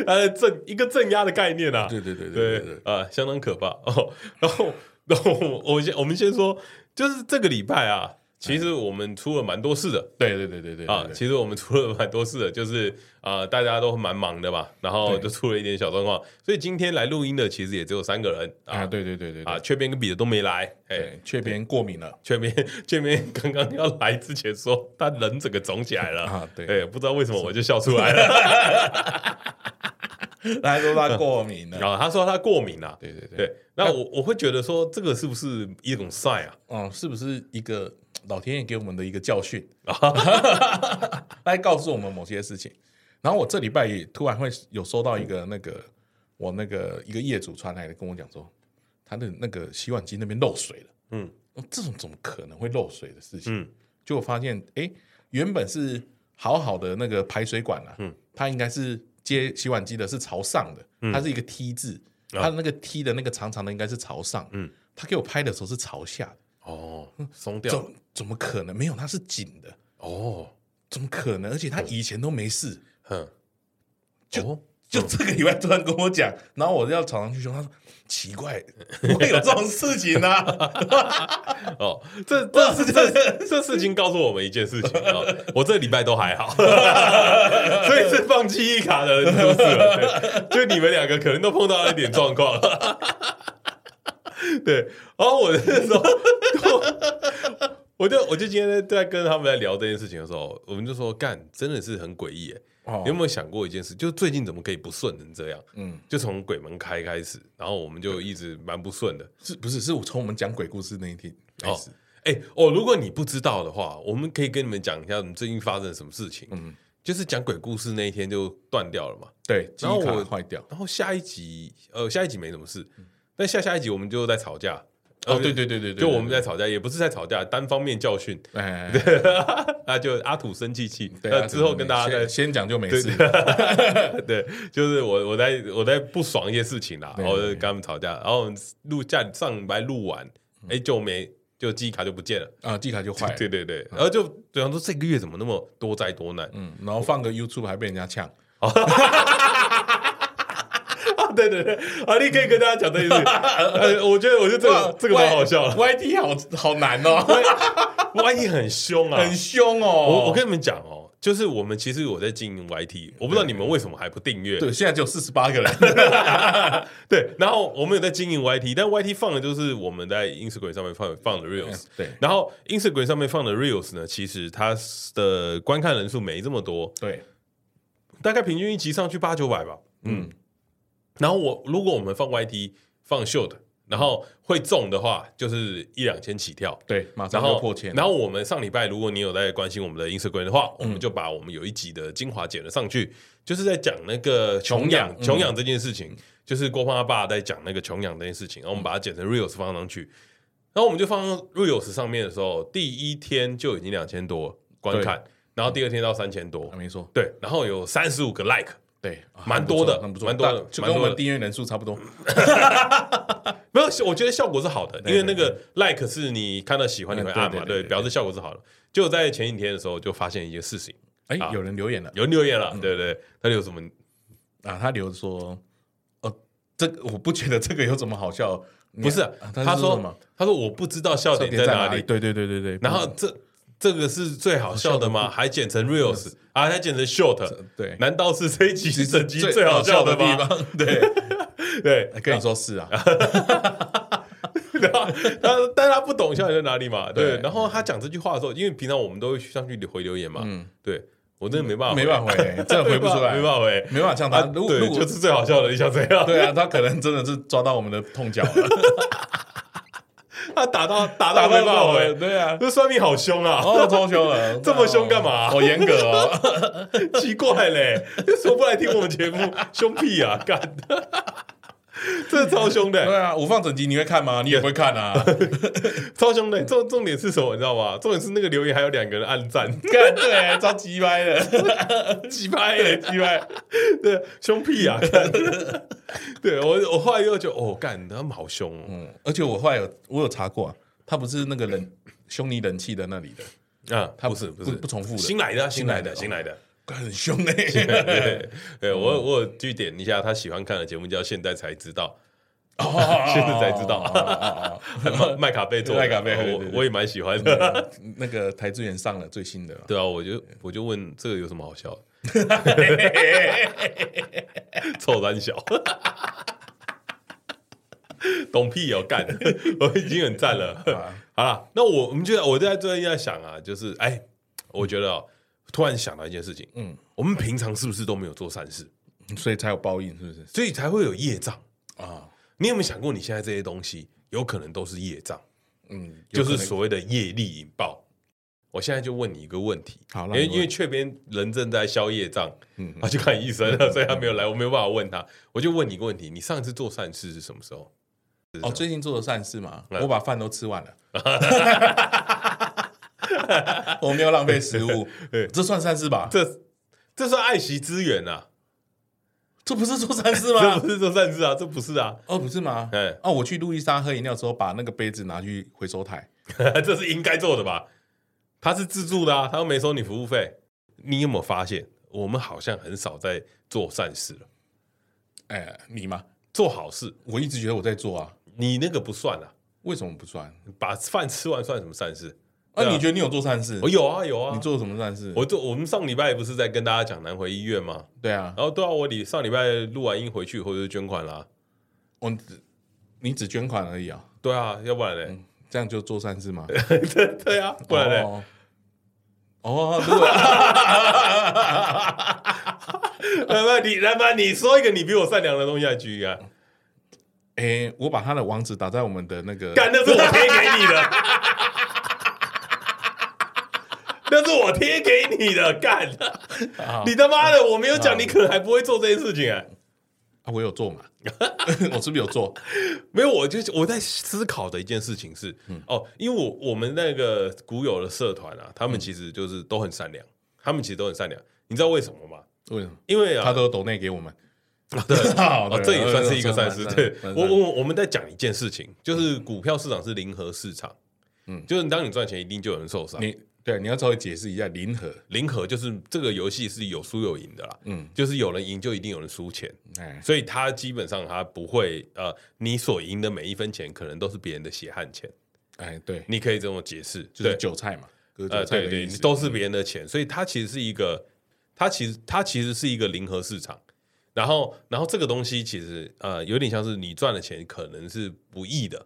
呃，镇一个镇压的概念啊， (laughs) 对对对对啊、相当可怕 (laughs) 哦。然后，然后我我先我们先说，就是这个礼拜啊，其实我们出了蛮多事的。对对对对对啊，其实我们出了蛮多事的，就是啊、呃大家都蛮忙的嘛，然后对就出了一点小状况，所以今天来录音的其实也只有三个人啊，啊对对对对啊，啊，雀边跟彼得都没来，哎，对，雀边过敏了雀边 (laughs) 雀边刚刚要来之前说他人整个肿起来了啊，对，哎，不知道为什么我就笑出来 (laughs) 了。他说他过敏了，然后他说他过敏啊，对对对，对，那我我会觉得说这个是不是一种 sign 啊？嗯，是不是一个老天爷给我们的一个教训，啊 (laughs) 来告诉我们某些事情？然后我这礼拜也突然会有收到一个那个我那个一个业主传来的跟我讲说，他的那个洗碗机那边漏水了。嗯哦这种怎么可能会漏水的事情？嗯就我发现，哎，原本是好好的那个排水管啊，嗯它应该是接洗碗机的，是朝上的，它是一个 T 字，啊它的那个 T 的那个长长的应该是朝上，嗯他给我拍的时候是朝下的，哦，松掉怎怎么可能？没有，它是紧的，哦，怎么可能？而且他以前都没事，哼，就哦就这个礼拜突然跟我讲，然后我要吵上去凶，他说奇怪， (laughs) 不会有这种事情啊，哦，这这这 (laughs) 这这事情告诉我们一件事情啊、哦，我这礼拜都还好，所以是放记忆卡的人出事了，对就你们两个可能都碰到了一点状况。对，然后我那时候，我就我就今天在跟他们在聊这件事情的时候，我们就说干，真的是很诡异耶。哦你有没有想过一件事？就最近怎么可以不顺成这样？嗯，就从鬼门开开始，然后我们就一直蛮不顺的。是不是？是我从我们讲鬼故事那一天开哦始，，哎、哦，如果你不知道的话，我们可以跟你们讲一下我们最近发生了什么事情。嗯就是讲鬼故事那一天就断掉了嘛，对，记然后忆卡我坏掉，然后下一集，呃，下一集没什么事，但下下一集我们就在吵架。嗯呃哦，对对对对对，就我们在吵架，也不是在吵架，单方面教 (laughs) 训，对，哎， (laughs) 那就阿土生气气，对那啊之后跟大家再先先讲就没事， (laughs) 对，就是我我在我在不爽一些事情啦，对然后就跟他们吵架，然后我们录下上礼拜录完，嗯哎、就没就记忆卡就不见了。啊，记忆卡就坏了，对对 (laughs) 对，然后就比方说这个月怎么那么多灾多难嗯，然后放个 YouTube 还被人家呛， (laughs) 啊？对对对，啊，你可以跟大家讲这件事。 (laughs) 呃，我觉得我觉得这哇个这个蛮好笑 (laughs) 的， ，YT 好好难哦，万一 (laughs) 很凶啊！很凶哦，我我跟你们讲哦，就是我们其实我在经营 YT，我不知道你们为什么还不订阅。对，现在只有四十八个人，对，然后我们有在经营 YT，但 YT 放的就是我们在 Instagram 上面放放的 Reels。嗯对然后 Instagram 上面放的 Reels 呢，其实它的观看人数没这么多，对，大概平均一集上去八九百吧。嗯，然后我如果我们放 YT 放 short，然后会中的话就是一两千起跳。对，马然上后就破千嗯了，然后我们上礼拜，如果你有在关心我们的 Instagram 的话，我们就把我们有一集的精华剪了上去，就是在讲那个穷养养嗯穷养这件事情，就是郭胖他爸在讲那个穷养这件事情，然后我们把它剪成 reels 放上去，然后我们就放 reels 上面的时候，第一天就已经两千多观看，然后第二天到三千多啊，，没错，对，然后有三十五个 like，对，啊蛮很不多错的很不错，蛮多的但就蛮跟我多们的订阅人数差不多。没有，我觉得效果是好的，因对为那个 like 是你看到喜欢你会按嘛，嗯对对对对，对表示效果是好的。就在前几天的时候，就发现一件事情。哎啊，有人留言了有人留言了，对对，他留什么？啊，他留说，哦，这个我不觉得这个有什么好笑，你不是啊啊，他说什说么？他说我不知道笑笑点点在在哪里？里，对对对对嗯对，然后这这个是最好笑的吗？还剪成 reels 啊，还剪成 short，呃对，难道是这一集是整集最好好笑的的吗？方， (laughs) 对，对， (laughs) 跟你说是 (laughs) 啊，然后然后但他不懂笑点在哪里嘛，对。嗯对然后他讲这句话的时候，因为平常我们都会上去回留言嘛，嗯对我真的没办法，没办法，法回，真的回不出来， (laughs) 没办法回。没办法像啊他，，如果对如，果就是最好笑的，你想怎样？对啊，他可能真的是抓到我们的痛脚了，他打到打 (laughs) 打到没到办法我回 (laughs) 们，，对啊，这算命好凶啊！哦，超凶了，这么凶干嘛好严格哦， (laughs) 奇怪嘞，说不来听我们节目，凶屁啊，干！ (laughs) 这超凶的、对啊，五放整集你会看吗？你也不会看啊，，超凶的、重重点是什么？你知道吗？重点是那个留言还有两个人暗赞 (laughs) 看对，超鸡掰的，鸡掰耶，鸡掰！对，凶屁啊！干 (laughs) 对我，我后来又觉得，哦，干，他们好凶、哦嗯，而且我后来有我有查过啊，他不是那个冷匈尼冷气的那里的，啊！他不是不不是不重复的新来的啊新来的新新来的。嗯很凶哎， (laughs) 对，对我我有去点一下他喜欢看的节目，叫《现在才知道现在才知道道》，麦麦卡贝做的，麦卡贝对对我对我也蛮喜欢 (laughs) 的。那个台资源上了最新的啦，对啊，我就我就问这个有什么好笑的？臭胆小， (laughs) 懂屁哦， (laughs) 干！我已经很赞了。好了，那我我们就我在最近在想啊，就是哎，我觉得、哦、突然想到一件事情，嗯嗯，我们平常是不是都没有做善事，所以才有报应，是不是所以才会有业障？啊？你有没有想过，你现在这些东西有可能都是业障，嗯，有就可是能所谓的业力引爆？我现在就问你一个问题，好因让为你嗯因为雀边人正在消业障，他去看医生了，所 (laughs) 以他没有来，我没有办法问他。我就问你一个问题：你上一次做善事是什么时候？哦，最近做的善事嘛，嗯我把饭都吃完了， (laughs) 我没有浪费食物 (laughs) 对，这算善事吧？这这这算爱惜资源啊，这不是做善事 (laughs) 这吗？不是做善事啊，这不是啊，哦，不是吗？哎， (laughs) 哦，我去路易莎喝饮料的时候，把那个杯子拿去回收台，这是应该做的吧？他是自助的啊，他又没收你服务费。你有没有发现，我们好像很少在做善事了，哎，你吗？做好事，我一直觉得我在做啊，你那个不算啊，为什么不算？把饭吃完算什么善事？对啊，啊你觉得你有做善事我？有啊，有啊，你做什么善事？我做，我们上礼拜不是在跟大家讲南回医院吗？对啊，然后对啊，我礼上礼拜录完音回去以后就捐款啦、我只你只捐款而已啊，对啊，要不然嘞？这样就做善事吗？对啊， (laughs) 不然嘞？哦哦，如果那么你那么你说一个你比我善良的东西来举一个， (laughs) 哎，我把他的网址打在我们的那个，干那是我贴给你的， (laughs) 那是我贴给你的，干！啊你他妈的，我没有讲，你可能还不会做这件事情哎、啊我有做嘛？ (laughs) 我是不是有做？没有，我就我在思考的一件事情是，哦，因为我我们那个古有的社团啊，他们其实就是都很善良，他们其实都很善良，你知道为什么吗？为什么？因为啊，哦他都有抖内给我 (laughs) 们，对 (laughs) 好哦，这也算是一个善事。对我，我我我们在讲一件事情，就是股票市场是零和市场，嗯，就是当你赚钱，一定就有人受伤。你对你要稍微解释一下零和，零和就是这个游戏是有输有赢的啦，嗯嗯，就是有人赢就一定有人输钱，哎，所以它基本上它不会呃，你所赢的每一分钱可能都是别人的血汗钱，哎，对，你可以这么解释，就是对韭菜嘛，割韭呃，菜对的对意，思。都是别人的钱，所以它其实是一个，它其实它其实是一个零和市场。然后，然后这个东西其实呃，有点像是你赚的钱可能是不义的，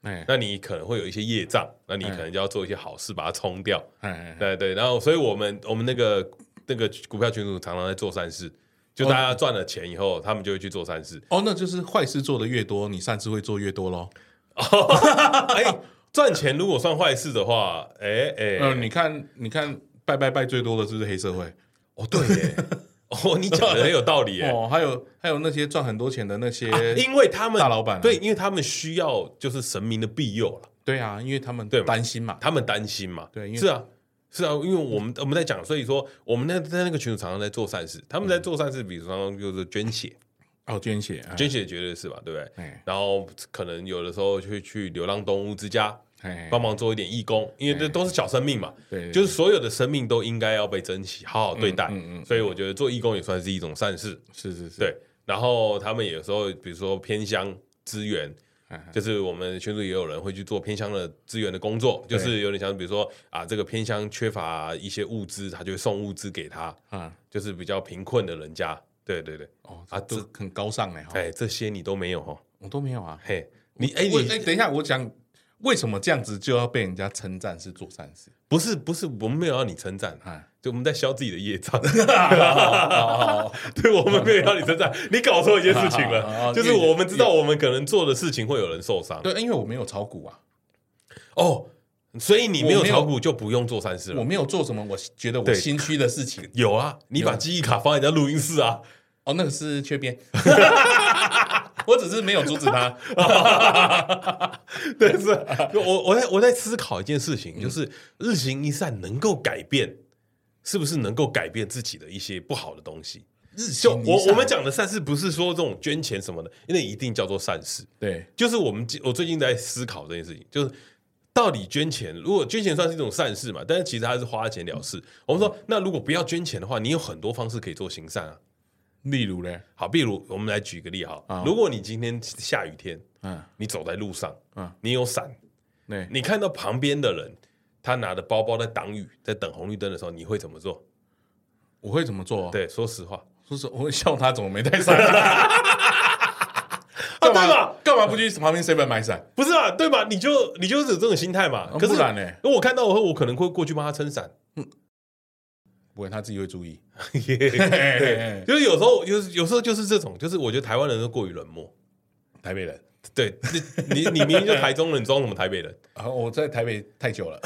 哎那你可能会有一些业障，那你可能就要做一些好事把它冲掉。哎哎，对对，然后所以我们我们那个那个股票群主常常在做善事，就大家赚了钱以后，他们就会去做善 (laughs) 事。哦，那就是坏事做的越多，你善事会做越多喽。哎，赚钱如果算坏事的话，哎嗯，哎，你看，你看，拜拜拜最多的是不是黑社会？哦对耶， (laughs) 哦你讲的很有道理耶。哦，还有还有那些赚很多钱的那些，啊因为他们大老板啊对，因为他们需要就是神明的庇佑了，对啊，因为他们对嘛担心嘛，他们担心嘛，对因为是啊，是啊，因为我们我们在讲，所以说我们那在那个群组常常在做善事，他们嗯在做善事，比如说就是捐血，哦，捐血，啊捐血绝对是吧，对不对？哎然后可能有的时候去去流浪动物之家哎，帮忙做一点义工，因为这都是小生命嘛，对，就是是所有的生命都应该要被珍惜，好好对待。嗯嗯嗯所以我觉得做义工也算是一种善事。是是是，对，然后他们有时候比如说偏乡资源哎，哎就是我们群组也有人会去做偏乡的资源的工作，就对是有点像比如说啊，这个偏乡缺乏一些物资，他就会送物资给他，啊，就是比较贫困的人家。对对对，哦啊啊，这都很高尚哎，哈哎，这些你都没有哦，我都没有啊，嘿，你哎哎，我你哎，等一下，我讲为什么这样子就要被人家称赞是做善事不是不是，我们没有要你称赞，啊？ (laughs) 就我们在消自己的业障。 (laughs) 哦哦对，我们没有要你称赞，你搞错一件事情 (laughs) 啊啊了，啊就是我们知道我们可能做的事情会有人受伤哦，对，因为我没有炒股啊，哦，所以你没有我没有炒股就不用做善事我了。没有做什么我觉得我对心虚的事情。 (laughs) 有啊，你把记忆卡放在人家录音室啊， (laughs) 哦，那个是缺编，我只是没有阻止他。对，是啊我我在我在思考一件事嗯情，就是日行一善能够改变，是不是能够改变自己的一些不好的东西？日就行一我善我们讲的善事，不是说这种捐钱什么的，那一定叫做善事。对就是我们我最近在思考这件事情，就是到底捐钱，如果捐钱算是一种善事嘛，但是其实它是花钱了事。我们说，那如果不要捐钱的话，你有很多方式可以做行善啊。例如嘞，好，比如我们来举个例哈啊，如果你今天下雨天，嗯你走在路上，嗯，你有伞，对，你看到旁边的人他拿着包包在挡雨，在等红绿灯的时候，你会怎么做？我会怎么做？，对，说实话，说是我会笑他怎么没带 (laughs) 伞、啊。干啊对嘛吧干嘛不去旁边 seven 买伞？不是啊，对吧？你就你就是有这种心态嘛。啊可是不然呢如果我看到我，我可能会过去帮他撑伞。不会，他自己会注意。 (laughs) 对， (laughs) 就是有时候，有有时候就是这种，就是我觉得台湾人都过于冷漠。台北人，对，你你你明明就台中人，你装什么台北人？啊，我在台北太久了。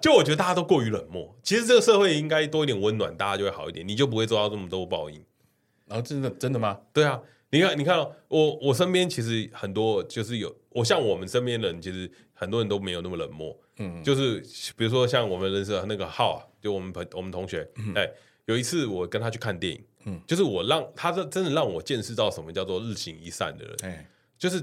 就我觉得大家都过于冷漠。其实这个社会应该多一点温暖，大家就会好一点，你就不会遭到这么多报应。然后真的真的吗？对啊，你看，你看哦、我我身边其实很多就是有我像我们身边人，其实很多人都没有那么冷漠。嗯，就是比如说像我们认识的那个浩啊，就我们朋我们同学，哎、有一次我跟他去看电影，嗯就是我让他这真的让我见识到什么叫做日行一善的人，哎，就是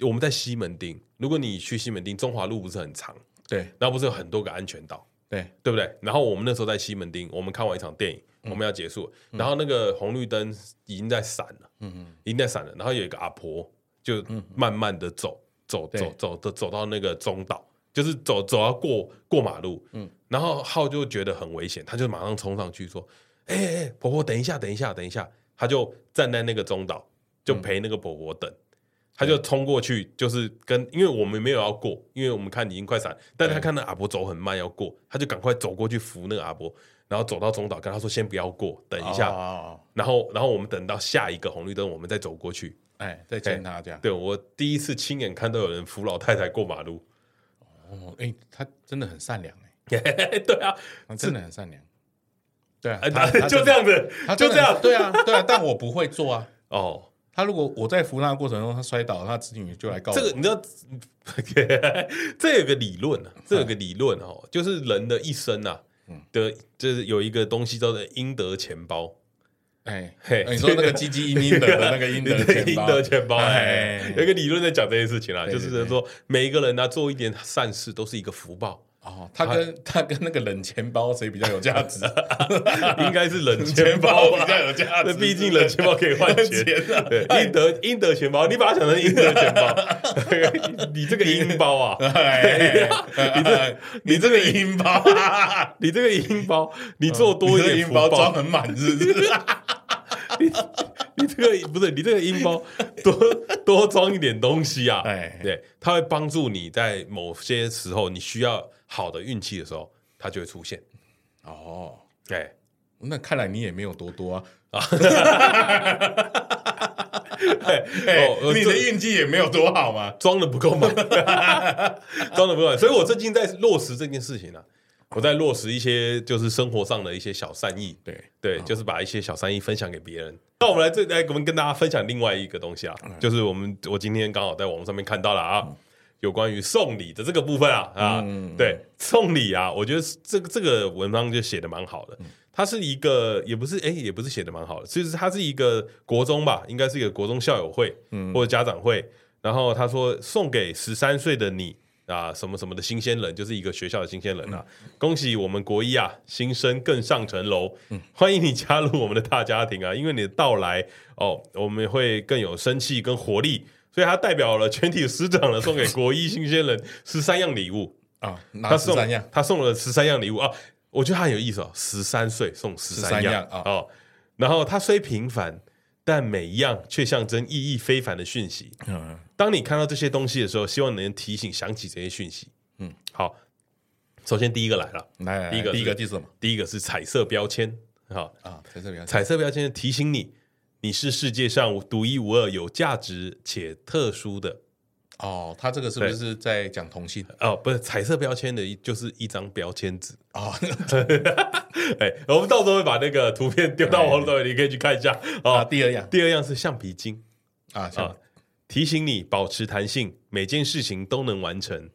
我们在西门町，如果你去西门町，中华路不是很长，对然后不是有很多个安全岛，对，对不对？然后我们那时候在西门町，我们看完一场电影，嗯我们要结束了，然后那个红绿灯已经在闪了，嗯已经在闪了，然后有一个阿婆就慢慢的走，走对走走走走到那个中岛，就是走走要过过马路，嗯，然后浩就觉得很危险，他就马上冲上去说：“哎、哎、哎婆婆，等一下，等一下，等一下！”他就站在那个中岛，就嗯陪那个婆婆等。他就冲过去，就是跟，因为我们没有要过，因为我们看已经快闪，但他看到阿婆走很慢要过，他就赶快走过去扶那个阿婆，然后走到中岛，跟他说先不要过，等嗯，一下，哦哦哦然后，然后我们等到下一个红绿灯，我们再走过去。哎，再见他这样。对我第一次亲眼看到有人扶老太太过 (laughs) 马路，哦，哎，他真的很善良哎，对啊，他真的很善良。对啊，哎他 (laughs) 他就这样子他，就真这的样对啊，对啊，但我不会做啊。哦。他如果我在扶他的过程中，他摔倒，他子女就来告我。这个你知道， (laughs) 这有个理论啊，这有个理论哦，就是人的一生啊嗯的，就是有一个东西叫做应得钱包。哎，嘿你说那个唧唧英英的 (laughs) 那个英德对钱应包，得钱包，哎哎，有一个理论在讲这件事情啊，对就对是说每一个人呢啊做一点善事都是一个 (laughs) 福报，哦，他跟他跟那个冷钱包谁比较有价值？应该是人钱包吧比较有价 (laughs) 那值，毕竟冷钱包可以换 (laughs) 钱钱 (laughs) 啊，对，英德英德钱包，你把它想成英德钱包，你这个英包 (laughs) (laughs) 啊，哎，你这你这个英包，你这个英包，你做多你一这个点英福包装报，很满，是不是？你这个不是你这个英包多多装一点东西啊，哎对，它会帮助你在某些时候你需要好的运气的时候，它就会出现，哦，哎，那看来你也没有多多啊，哎、哦呃你的这运气也没有多好嘛。装的不够满，装的不够满，所以我最近在落实这件事情啊，我在落实一些就是生活上的一些小善意，对，对，就是把一些小善意分享给别人。那我们来这来，我们跟大家分享另外一个东西啊，就是我们我今天刚好在网络上面看到了啊，有关于送礼的这个部分啊啊，对，送礼啊，我觉得这个这个文章就写的蛮好的。它是一个，也不是，哎、也不是写的蛮好的，其实它是一个国中吧，应该是一个国中校友会，或者家长会。然后他说送给十三岁的你啊，什么什么的新鲜人，就是一个学校的新鲜人啊，恭喜我们国一啊，新生更上层楼，欢迎你加入我们的大家庭啊，因为你的到来哦，我们会更有生气跟活力。所以他代表了全体师长了，送给国一新鲜人十三样礼物，啊，拿他十送三样，他送了十三样礼物啊，我觉得他很有意思哦，十三岁送十三13样样啊哦，然后他虽平凡，但每一样却象征意义非凡的讯息。嗯，当你看到这些东西的时候，希望能提醒、想起这些讯息。嗯，好，首先第一个来了，来来来，第一个第一是个是什么第一个是彩色标签。好，啊？在这里啊彩色标签提醒你，你是世界上独一无二、有价值且特殊的。哦，他这个是不是在讲同性哦，不是彩色标签的一，就是一张标签纸。啊？哎，我们到时候会把那个图片丢到哎网络上面，你可以去看一下。啊，哦，第二样第二样是橡皮筋啊，啊行，，提醒你保持弹性，每件事情都能完成。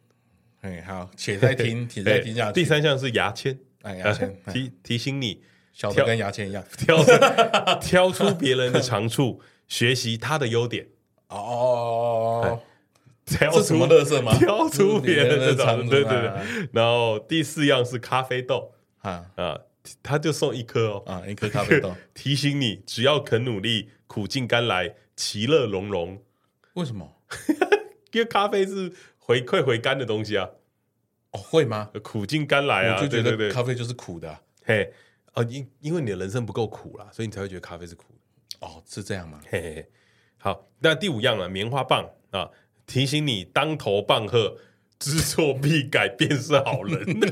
哎，好，且在听，且在听下哎去。第，三项是牙签，哎，牙签，哎提 (laughs) 提醒你小的挑跟牙签一样。挑挑出别人的长处，学习他的优点，哦，挑这出什么乐色吗？挑出别人的长这处，对是别人的长处对对啊。然后第四样是咖啡豆啊啊，他就送一颗哦，啊，一颗咖啡豆， (laughs) 提醒你只要肯努力，苦尽甘来，其乐融融。 (laughs) 为什么？因为咖啡是回馈回甘的东西啊，哦，会吗？苦尽甘来啊，我就觉对对得对，咖啡就是苦的啊。嘿，哦，因因为你的人生不够苦啦，所以你才会觉得咖啡是苦的。哦，是这 (laughs) 样吗？嘿嘿，嘿，好，那第五样了，棉花棒啊，提醒你当头棒喝，知错必改便是好人。 (laughs)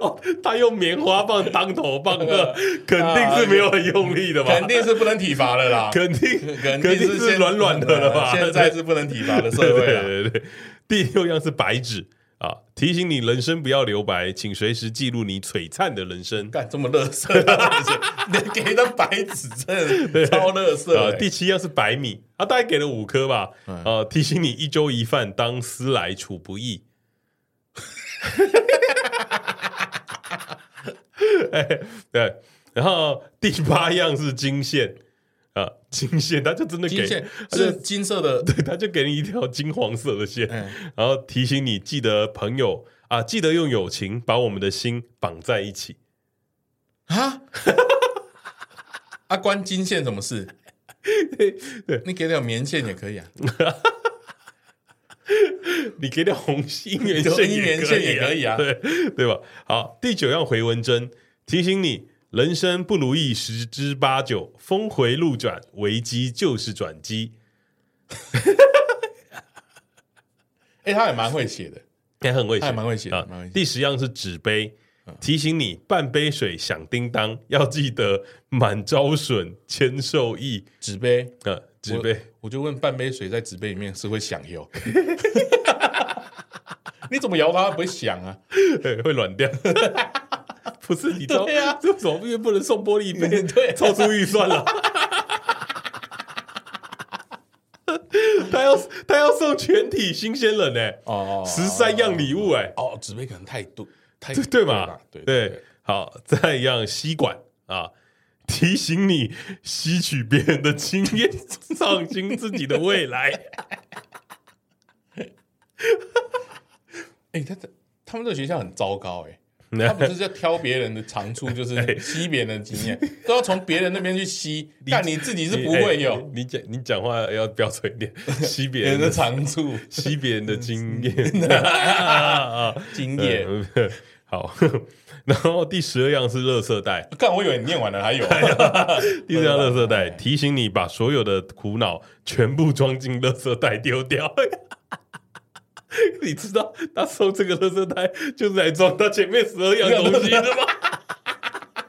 哦，他用棉花棒当头棒 (laughs) 喝，肯定是没有很用力的吧？肯定是不能体罚了啦，啊肯定 (laughs) 肯定是是现软软的了吧？ (laughs) 现在是不能体罚的社会啊了。对对对对，第六样是白纸啊，提醒你人生不要留白，请随时记录你璀璨的人生。 (laughs) 干这么乐色，你给的白纸真的超乐呃色，欸。第七样是白米，啊，大概给了五颗吧。嗯呃，提醒你一粥一饭当思来处不易。 (laughs) 哎，对，然后第八样是金线啊，金线，他就真的给金，线他就是金色的，对，他就给你一条金黄色的线， (laughs) 嗯然后提醒你记得朋友啊，记得用友情把我们的心绑在一起。 (laughs) 啊啊，关金线什么事？ (laughs) 对你给条棉线也可以啊，你给点 (laughs) 红心圆线一也元可线以也啊，可以啊对对吧？好，第九样回文针提醒你，人生不如意十之八九，峰回路转，危机就是转机。哎，他也蛮会写的，也哎很会他也写，哎蛮会写的啊蛮会写嗯第十样是纸杯，提醒你半杯水响叮当，要记得满招损，谦受益。纸杯。呃，纸杯。我就问半杯水在纸杯里面是会响 (laughs) 哟，你怎么摇它它不会响 (laughs) 啊？对，会软掉。 (laughs) 不是你招，对啊 (laughs) 这种因为不能送玻璃杯，对啊超出预算了。他要他要送全体新鲜人呢、哦，十三样礼物哎、哦，纸杯可能太多，太 (laughs) 对对嘛啦？对对，好，再一样吸管啊，提醒你吸取别人的经验， (laughs) 上心自己的未来。哎，他这他们这个学校很糟糕 (laughs) 哎。那他不是在挑别人的长处， (laughs) 就是吸别人的经验，都要从别人那边去吸。但你自己是不会有哎你讲你讲话要标 (laughs) 准一点，吸别别人人的的长处、吸别人的经验啊，啊 (laughs) 经验。嗯好， (laughs) 然后第十二样是垃圾袋，看，我以为你念完了还有，啊哎第四样垃圾袋哎提醒你把所有的苦恼全部装进垃圾袋丢掉。 (laughs) 你知道他收这个垃圾袋就是来装他前面十二样东西的吗？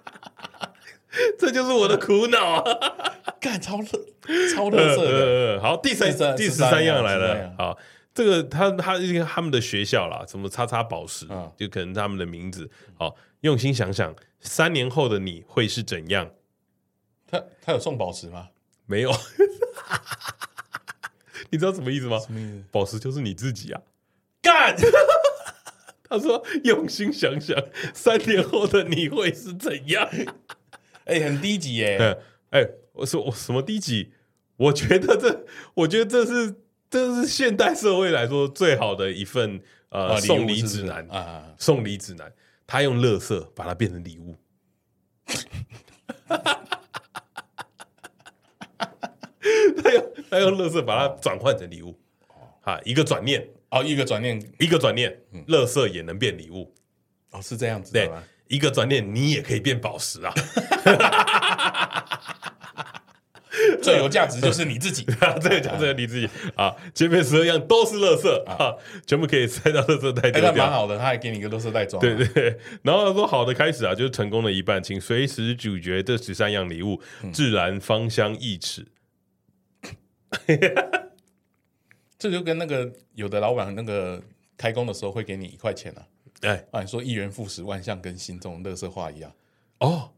(laughs) 这就是我的苦恼啊！干超乐超呃乐色 (laughs) 的，呃好，第三第三第十十三三样样来十三了样，好。这个他他因为他们的学校啦，什么叉叉宝石嗯，就可能他们的名字。好，用心想想，三年后的你会是怎样？他他有送宝石吗？没有，你知道什么意思吗？什么意思？宝石就是你自己啊！干！ (laughs) 他说：“用心想想，三年后的你会是怎样哎，很低级？”耶，嗯，哎，我说我什么低级？我觉得这，我觉得这是这是现代社会来说最好的一份呃啊送物礼是不指是南，啊，送礼指南。他用乐色把它变成礼物，他用他用乐色把它转换成礼物，啊，一个转念，哦，一个转念一个转念，嗯乐色也能变礼物。哦是这样子的对吗？，一个转念你也可以变宝石啊！ (laughs) 最有价值就是你 (laughs) 自己。这个讲这个你自己啊，前面十二样都是垃圾啊，全部可以塞到垃圾袋哎，丢那蛮掉。好的，他还给你一个乐色袋装。啊对对， (laughs) 然后他说好的开始啊，就是成功的一半，请随时咀嚼这十三样礼物，嗯自然芳香益齿。这就跟那个有的老板那个开工的时候会给你一块钱啊，哎，啊，你说一元复始，万象更新，这种乐色话一样。哦，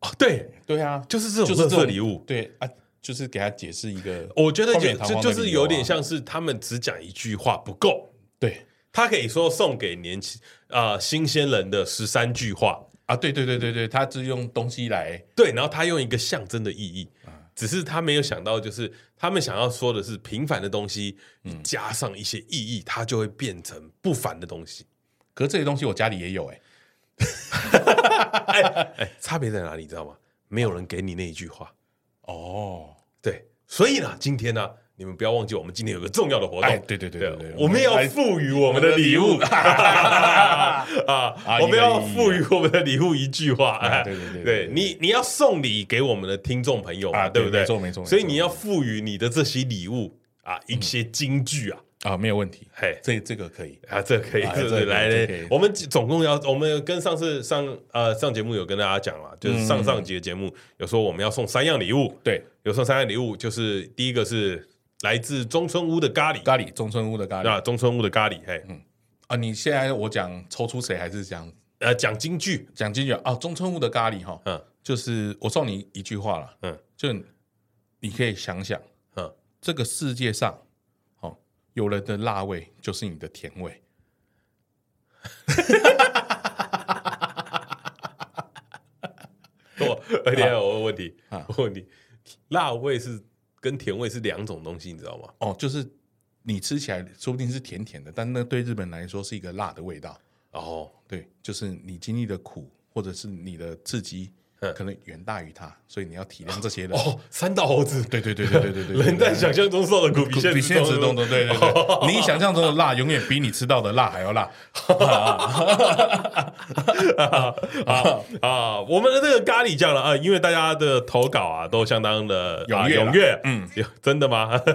哦，对，对啊，就是这种就是垃这种圾礼物。对啊，就是给他解释一个，我觉得冠冕堂就就皇就的是理由啊有点像是他们只讲一句话不够，对他可以说送给年轻啊新鲜人的十三句话，啊，对对对对对，他是用东西来，对，然后他用一个象征的意义，只是他没有想到，就是他们想要说的是平凡的东西，加上一些意义，它就会变成不凡的东西。可是这些东西我家里也有哎、哎，差别在哪里？你知道吗？没有人给你那一句话。哦，对，所以呢，今天呢，你们不要忘记，我们今天有个重要的活哎，动。对对对对对，我们要来赋予我们的礼物啊！我们要赋予我们的礼物一句话。啊哎对对对对对你你要送礼给我们的听众朋友嘛，啊对不对对？没错没错所以没错你要赋予你的这些礼物啊一些金句啊， (laughs) 啊，没有问题，嘿。这这个可以，啊，这可以，啊这这可个以来这可以来，我们总共要，我们跟上次上呃上节目有跟大家讲了，就是上上集的节目有说我们要送三样礼物，对，有送三样礼物，就是第一个是来自中村屋的咖喱，咖喱中村屋的咖喱那中村屋的咖喱，嘿，啊，你现在我讲抽出谁还是讲呃，讲京剧，讲金句啊？中村屋的咖喱哈，嗯就是我送你一句话了，嗯，就你可以想想，嗯，这个世界上，哦，有人的辣味就是你的甜味。 (laughs) 我而且我问问题，啊我问你，辣味是跟甜味是两种东西，你知道吗？哦，就是你吃起来说不定是甜甜的，但那对日本来说是一个辣的味道。哦，对，就是你经历的苦或者是你的刺激，嗯可能远大于他，所以你要体谅这些人。哦，三道猴子，对对对对对对对，人在想象中受的 (laughs) 苦比对。对比现现实实中中的的对对 (laughs) 对，你想象中的辣永远比你吃到的辣还要辣。啊啊！我们的这个咖喱酱了啊，因为大家的投稿啊都相当的啊踊跃啦踊跃，嗯，真的吗？ (laughs)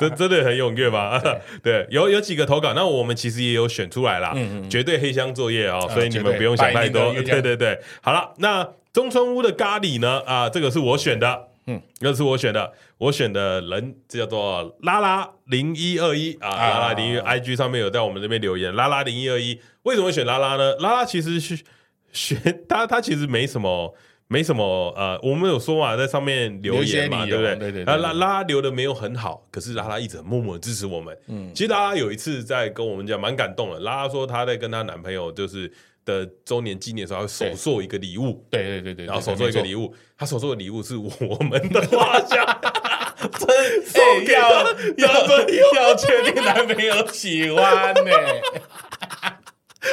真真的很踊跃吗？ (laughs) 对，有有几个投稿，那我们其实也有选出来啦，嗯绝对黑箱作业哦，所以啊你绝们对不用想太拜多。年的月 (laughs) 对亮对对，好了，那中村屋的咖喱呢？啊，这个是我选的。嗯嗯，这是我选的，我选的人这叫做拉拉零一二一啊，啊拉拉零一 IG 上面有在我们这边留言，拉拉零一二一，为什么会选拉拉呢？拉拉其实是选他，他其实没什么，没什么，呃，我们有说嘛，在上面留言嘛，对留不一些理由对？对对对然后拉拉拉留的没有很好，可是拉拉一直很默默地支持我们。嗯，其实拉拉有一次在跟我们讲，蛮感动的。拉拉说她在跟她男朋友就是的周年纪念的时候，她会手做一个礼物。对对对对，然后手做一个礼物，物，她手做的礼物是我们的画 (laughs) 像，送哎给她的 (laughs) 男朋友。要确定男朋友喜欢呢。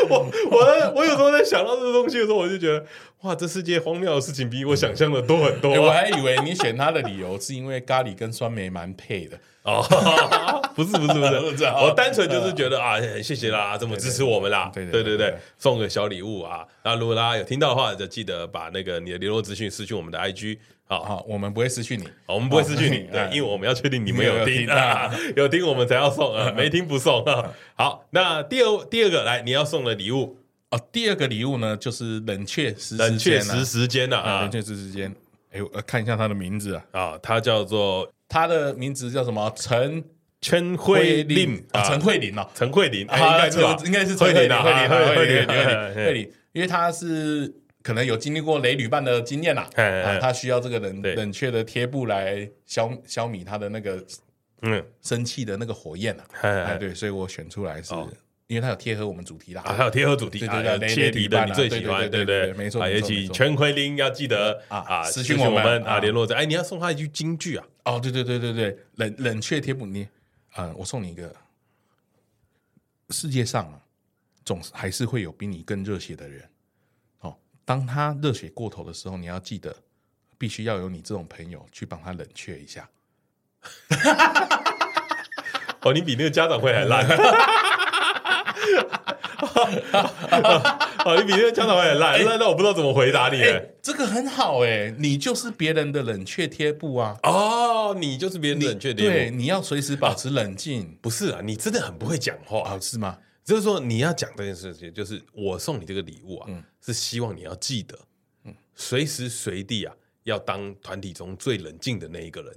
我我在我有时候在想到这个东西的时候，我就觉得，哇，这世界荒谬的事情比 (laughs) 我想象的多很多、欸我啊。还以为你选他的理由是因为咖喱跟酸梅蛮配的。哦，不是不是不是， (laughs) 不是啊我单纯就是觉得啊，谢谢啦，这么支持我们啦，对对对对对对对，送个小礼物啊。那如果大家有听到的话，就记得把那个你的联络资讯私讯我们的 IG 啊。啊，我们不会失去你。我们不会失去你，啊对，因为我们要确定你们你有有没有听听啊， (laughs) 有 (laughs) 呃听我们才要送啊，没听不送啊。好，那第二第二个来，你要送的礼物，啊、啊，第二个礼物呢就是冷却时冷时却间时啊时间呐啊，冷啊却时时间。哎，我呃看一下他的名字啊，啊，它叫做他的名字叫什么？陈陈慧慧琳令啊，陈慧慧琳哦，陈慧琳，哎啊应该是吧这个应该是陈慧琳，啊慧琳，啊慧琳，慧琳，慧慧琳，慧琳，琳，啊因为她是可能有经历过雷旅伴的经验啦，哎哎啊哎她需要这个冷对冷却的贴布来消消弭她的那个嗯，生气的那个火焰啊，哎哎，哎对，所以我选出来是哦因为它有贴合我们主题啦，啊，还有贴合主题，对对啊对雷切雷题旅的伴你啊最对喜对欢，对不对对？对没错啊没也错请没错陈慧琳要记得啊啊，私讯讯我我们们啊，啊联络者，哎，你要送他一句金句啊，哦，对对对对对，冷冷却贴布，你，呃，我送你一个，世界上啊，总是还是会有比你更热血的人。哦，当他热血过头的时候，你要记得，必须要有你这种朋友去帮他冷却一下。哦，你比那个家长会还烂。 (laughs) 哦，你比那个家长会还烂，烂到我不知道怎么回答你。哎、哎这个很好哎、你就是别人的冷却贴布啊。哦，你就是别人冷却的对，对，你要随时保持冷静不是啊，你真的很不会讲话。啊，是吗？就是说你要讲这件事情，就是我送你这个礼物啊，是希望你要记得，嗯随时随地啊，要当团体中最冷静的那一个 (laughs) 人，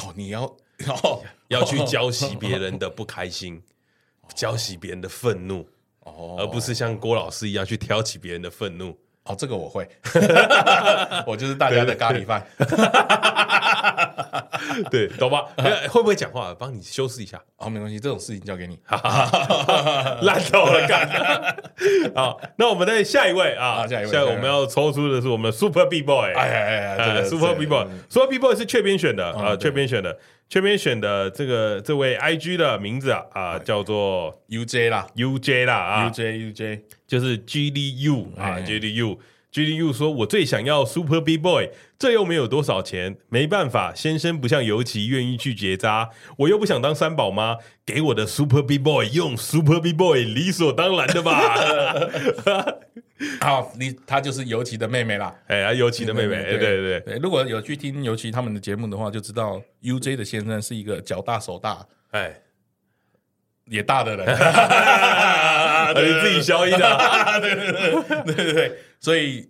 哦，你要哦，要去浇熄别人的不开 (laughs) 心，浇熄别人的愤怒，哦，而不是像郭老师一样去挑起别人的愤怒。哦，这个我会， (laughs) 我就是大家的咖喱饭。 (laughs) 对，懂吧？哎会不会讲话？帮你修饰一下，哦，没关系，这种事情交给你。呃烂透 (laughs) 了，干！好，那我们再下一位啊，啊下一位下下一一位位我们要抽出的是我们的 Super B Boy，哎哎哎啊哎这个，Super 这个 B Boy，Super B Boy 是雀边选的啊，嗯雀边选的，雀边选的这个这位 IG 的名字啊哎啊，叫做 UJ 啦 UJ 啦啊，UJ UJ，就是 GDU 啊哎，GDU。GDU 说：“我最想要 Super B Boy，这又没有多少钱，没办法，先生不像尤其愿意去结扎，我又不想当三宝妈，给我的 Super B Boy 用 Super B Boy，理所当然的吧。好，你她就是尤其的妹妹啦，哎呀，尤其的妹妹，哎对对对，对。如果有去听尤其他们的节目的话，就知道 UJ 的先生是一个脚大手大哎，也大的人，你自己消音的，对对对对对对，所以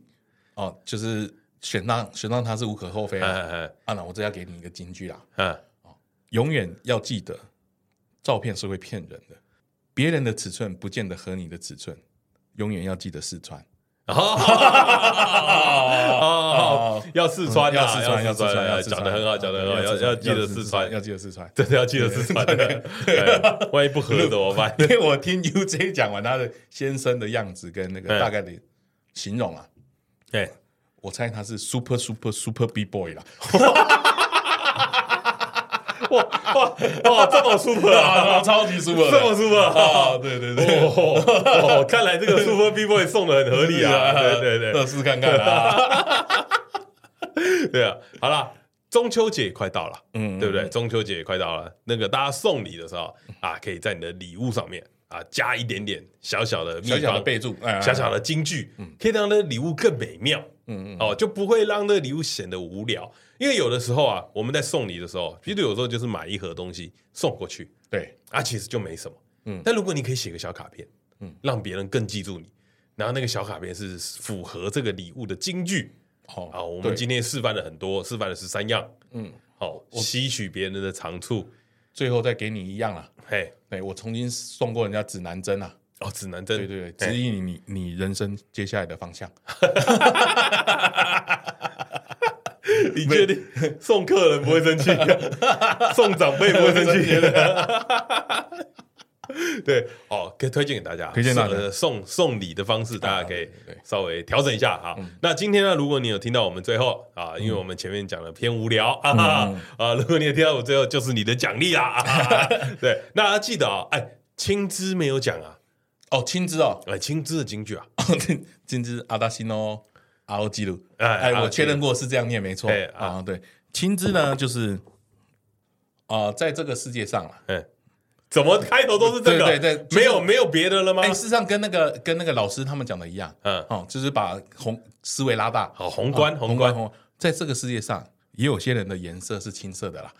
哦，就是选上选上他是无可厚非哎啊。哎啊，那我这要给你一个金句啦，哎哎，永远要记得，照片是会骗人的，别人的尺寸不见得合你的尺寸，永远要记得试穿。哦，要试 (laughs) 穿啊，要试穿，要试穿，要哎试穿讲的很好，讲的很好，要要记得试穿，要记得试穿。真的要记得试穿的，哎万一不合怎么办？ (laughs) 因为我听 UJ 讲完他的先生的样子跟那哎个大概的形容啊，哎，我猜他是 super super super b boy 啦，哇哇哇，这么 super (laughs) 啊，超级 (laughs) super，的这么 super 啊！ (laughs) 啊，对对对，哦，哦看来这个 Super B Boy 送的很合理啊！对对测试看看 (laughs) 啊，对对啊！好啦，中秋节也快到了，嗯对不对？中秋节也快到了，那个大家送礼的时候啊，可以在你的礼物上面啊加一点点小小的秘小小的方，备注，哎小小的金句，可以让那礼物更美妙。嗯哦，就不会让那礼物显得无聊，因为有的时候啊，我们在送礼的时候，比如有时候就是买一盒东西送过去，对，啊，其实就没什么。嗯嗯，但如果你可以写个小卡片，嗯嗯，让别人更记住你，然后那个小卡片是符合这个礼物的金句。好好，我们今天示范了很多，示范了十三样。嗯嗯，好，吸取别人的长处。最后再给你一样啦，嘿，对我曾经送过人家指南针啊，哦，指南针，对对对，指引你你你人生接下来的方向。嘿，你确定送客人不会生气，啊 (laughs) 送长辈不会生气？ (laughs) 对，哦，可以推荐给大家，啊推荐大家是呃送送礼的方式，大家可以对对稍微调整一下啊。那今天呢，如果你有听到我们最后啊，因为我们前面讲的偏无聊啊啊，如果你有听到我最后，就是你的奖励啦。 (laughs) 啊对，那记得啊，哎，青汁没有讲啊，哦，青汁哦，哎，青汁的金句啊， (laughs) 青汁阿达西诺阿欧记录，哎哎，阿欧我记确录认过是这样念没错哎啊啊，对，青汁呢就是啊，在这个世界上啊，哎，怎么开头都是这个？对对对就是没有没有别的了吗？哎，事实上跟那个跟那个老师他们讲的一样，嗯，哦，就是把宏思维拉大，好，宏观啊宏观，宏观，在这个世界上也有些人的颜色是青 (laughs) 色的啦，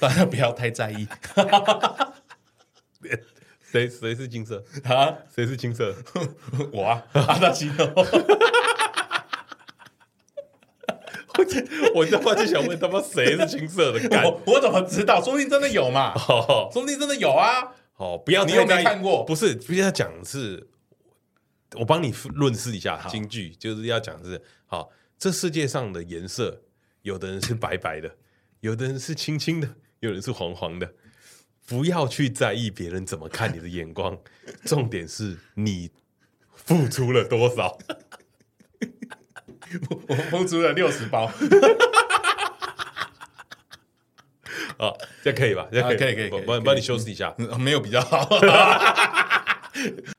大家不要太在意。谁谁是金色？ (laughs) 啊，谁是金色？ (laughs) 我啊，阿达西诺，我他妈就想问他妈谁是金色的？干我我怎么知道？说不定真的有嘛，好说不定真的有啊。好，不要你太又没在意看过不是，不是要讲的是，我帮你论述一下好京剧，就是要讲的是，好，这世界上的颜色，有的人是白白的，有的人是青青的，有人是黄黄的。不要去在意别人怎么看你的眼光，重点是你付出了多少。我我付出了六十包，啊，这可以吧？这啊可以可以我可以帮可以帮你修饰一下。嗯没有比较好。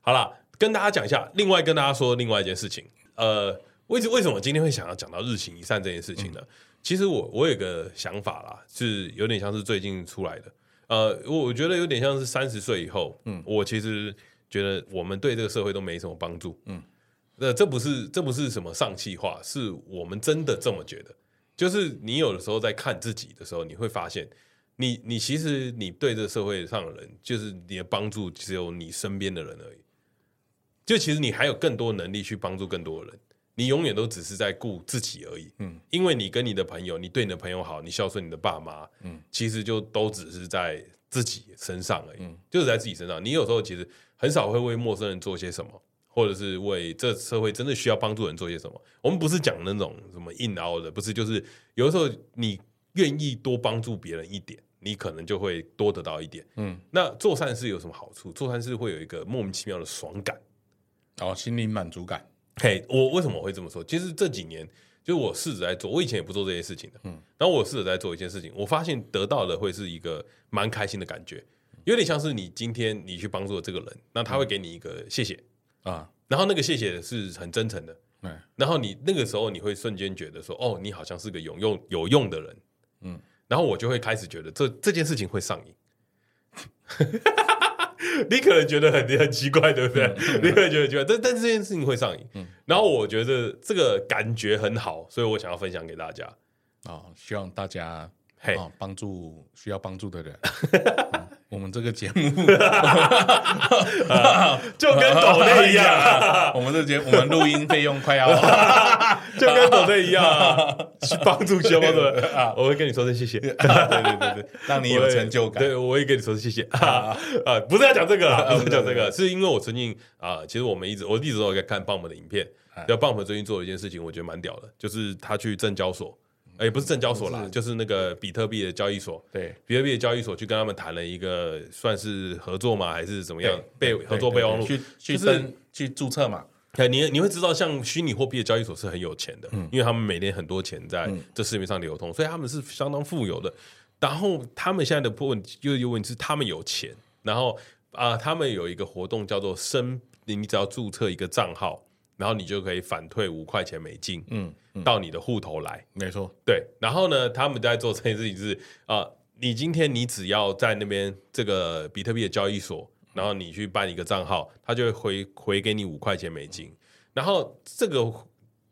好啦，跟大家讲一下，另外跟大家说另外一件事情。呃，为什为什么我今天会想要讲到日行一善这件事情呢？其实我我有个想法啦，是有点像是最近出来的。呃，我我觉得有点像是三十岁以后，嗯，我其实觉得我们对这个社会都没什么帮助，嗯，那这不是这不是什么丧气话，是我们真的这么觉得。就是你有的时候在看自己的时候，你会发现，你你其实你对这社会上的人，就是你的帮助只有你身边的人而已。就其实你还有更多能力去帮助更多的人，你永远都只是在顾自己而已。嗯，因为你跟你的朋友，你对你的朋友好，你孝顺你的爸妈，嗯，其实就都只是在自己身上而已，就是在自己身上。你有时候其实很少会为陌生人做些什么。或者是为这社会真的需要帮助的人做些什么？我们不是讲那种什么硬凹的，不是，就是有的时候你愿意多帮助别人一点，你可能就会多得到一点。嗯，那做善事有什么好处？做善事会有一个莫名其妙的爽感。哦，心灵满足感，嘿，我为什么会这么说？其实这几年，就是我试着在做，我以前也不做这些事情的。嗯，然后我试着在做一件事情，我发现得到的会是一个蛮开心的感觉，有点像是你今天你去帮助了这个人，那他会给你一个谢谢，啊，然后那个谢谢是很真诚的，对，然后你那个时候你会瞬间觉得说，哦，你好像是个有用有用的人，嗯，然后我就会开始觉得这这件事情会上瘾。 (laughs) 你可能觉得很很奇怪，对不对？你可能觉得很奇怪，但但这件事情会上瘾。然后我觉得这个感觉很好，所以我想要分享给大家。哦，希望大家嘿哦帮助需要帮助 (laughs) 的人。嗯我们这个节目就跟抖内一 (laughs) 样哎啊，我们这个节我们录音费用 (laughs) 快要就跟抖内一样啊，去帮助需要帮助的人啊，我会跟你说声谢谢。对对对对，让你有成就感我也对，我也跟你说谢谢啊 (laughs) 啊！不是要讲这个啦，不是讲这个，是因为我最近啊，其实我们一直我一直都有在看棒棒的影片哎，要棒棒最近做了一件事情，我觉得蛮屌的，就是他去证交所，嗯哎，不是证交所啦，就是那个比特币的交易所。对比特币的交易所去跟他们谈了一个算是合作吗？还是怎么样对？备对合作备忘录对对去去就是登去注册嘛，哎，你你会知道，像虚拟货币的交易所是很有钱的，因为他们每年很多钱在这市面上流通，所以他们是相当富有的。然后他们现在的破问题，又有问题是他们有钱，然后啊、他们有一个活动叫做申，你只要注册一个账号，然后你就可以返退五块钱美金，嗯，到你的户头来。没错，对，然后呢，他们在做这件事情是啊、呃你今天你只要在那边这个比特币的交易所，然后你去办一个账号，他就会回回给你五块钱美金。然后这个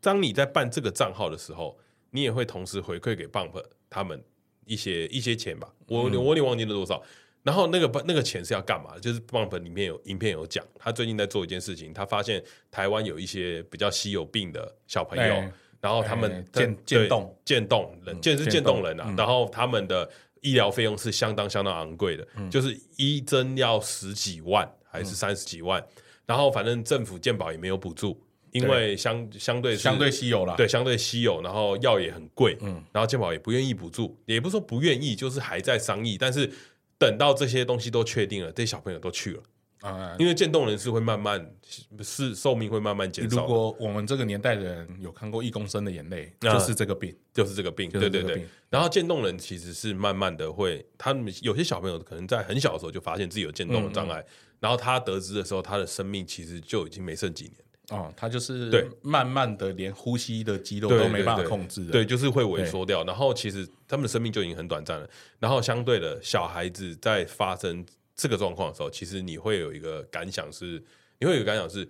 当你在办这个账号的时候，你也会同时回馈给 Bump 他们一些一些钱吧，我我有点忘记了多少。然后那个那个钱是要干嘛的？就是 Bump 里面有影片有讲，他最近在做一件事情，他发现台湾有一些比较稀有病的小朋友，哎然后他哎们渐对渐冻渐冻人，渐是渐渐冻冻人啊，然后他们的医疗费用是相当相当昂贵的，就是一针要十几万还是三十几万，然后反正政府健保也没有补助，因为相相对是相对稀有啦。对，相对稀有，然后药也很贵，嗯，然后健保也不愿意补助，也不是说不愿意，就是还在商议。但是等到这些东西都确定了，这些小朋友都去了，啊，因为渐冻人是会慢慢是寿命会慢慢减如少的，果我们这个年代的人有看过一公升的眼泪，啊就是这个病，就是这个病，就是对这对个对病。然后渐冻人其实是慢慢的会，他们有些小朋友可能在很小的时候就发现自己有渐嗯冻的障碍，然后他得知的时候，他的生命其实就已经没剩几年。哦，它就是对慢慢的连呼吸的肌肉对都没办法对控制了。对，就是会萎缩掉。然后其实他们的生命就已经很短暂了。然后相对的，小孩子在发生这个状况的时候，其实你会有一个感想是，你会有一个感想是，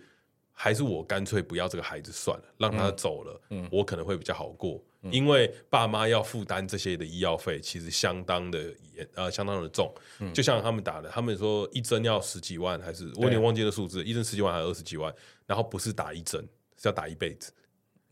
还是我干脆不要这个孩子算了，让他走了，我可能会比较好过。因为爸妈要负担这些的医药费，其实相当的严呃相当的重。就像他们打的，他们说一针要十几万，还是我有点忘记了数字，一针十几万还是二十几万，然后不是打一针，是要打一辈子。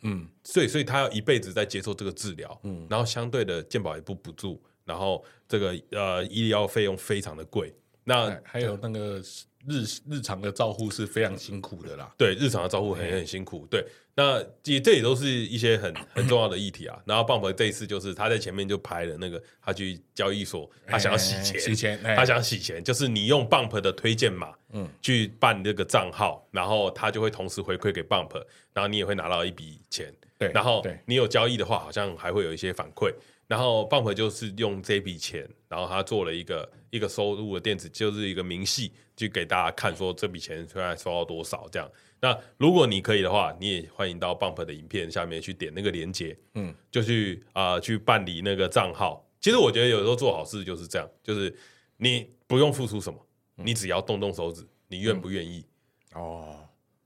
嗯，所以所以他要一辈子在接受这个治疗，嗯，然后相对的健保也不补助，然后这个呃医疗费用非常的贵，那哎还有那个日日常的照护是非常辛苦的啦。对日常的照哎顾很很辛苦，对，那这这也都是一些很很重要的议题啊。然后棒棒这一次就是他在前面就拍了那个他去交易所，他想要洗哎钱，洗钱，哎他想洗钱，就是你用 Bump 的推荐码，嗯，去办这个账号，然后他就会同时回馈给 Bump，然后你也会拿到一笔钱，对然后对你有交易的话，好像还会有一些反馈。然后 Bump 就是用这笔钱，然后他做了一个一个收入的电子，就是一个明细，就给大家看说这笔钱虽然收到多少这样。那如果你可以的话，你也欢迎到 Bump 的影片下面去点那个连接，嗯，就去啊、呃去办理那个账号。其实我觉得有时候做好事就是这样，就是你不用付出什么，嗯你只要动动手指，你愿不愿意，哦，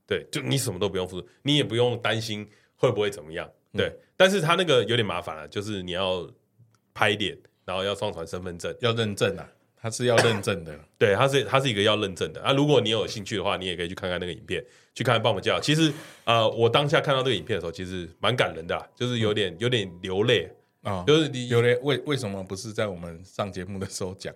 对，就你什么都不用付出，你也不用担心会不会怎么样。对，但是他那个有点麻烦了、就是你要拍脸，然后要上传身份证。要认证啊，他是要认证 (coughs) 的。对，它是它是一个要认证的啊。如果你有兴趣的话，你也可以去看看那个影片，去看看棒棒教。其实呃，我当下看到这个影片的时候，其实蛮感人的、啊，就是有点有点流泪，啊、就是你有嘞，为为什么不是在我们上节目的时候讲？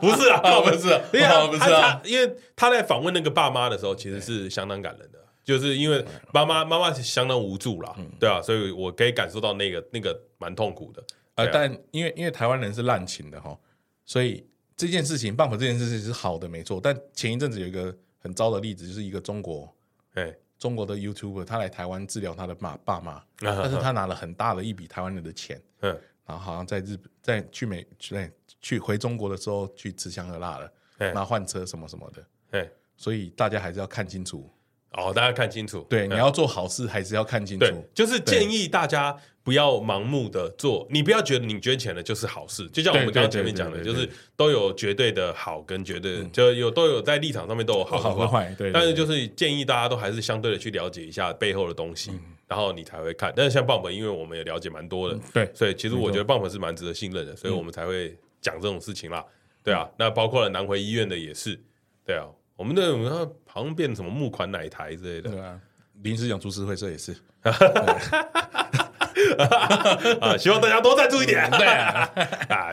不是啊， (laughs) 啊，不是啊，对啊，啊不他是啊，他因为他在访问那个爸妈的时候，其实是相当感人的，就是因为妈妈妈妈相当无助啦，对啊，所以我可以感受到那个那个蛮痛苦的。呃，对啊但因为因为台湾人是滥情的哈，所以这件事情，棒球这件事情是好的，没错。但前一阵子有一个很糟的例子，就是一个中国哎，中国的 YouTuber，他来台湾治疗他的爸爸妈，啊 (laughs) 但是 (laughs) 他拿了很大的一笔台湾人的钱，嗯，然后好像在日本在去美去去回中国的时候去吃香喝辣了，哎然后换车什么什么的，哎，所以大家还是要看清楚。哦，大家看清楚，对，嗯你要做好事还是要看清对楚，。就是建议大家不要盲目的做，你不要觉得你捐钱了就是好事，就像我们对刚刚对前面对讲的，对就对嗯是都有绝对的好跟绝对的就有都有在立场上面都有好好和和坏。坏，对，但是对就是建议大家都还是相对的去了解一下背后的东嗯西，然后你才会看。但是像棒本，因为我们也了解蛮多的，对对所以其实我觉得棒本是蛮值得信任的，所以我们才会讲这种事情啦。对啊，那包括了南回医院的也是，对啊，我们的我们好像变什么募款奶台之 (laughs) 类的对啊，临时讲株式会社也是，啊，希望大家多赞助 (laughs) 嗯一点，对啊，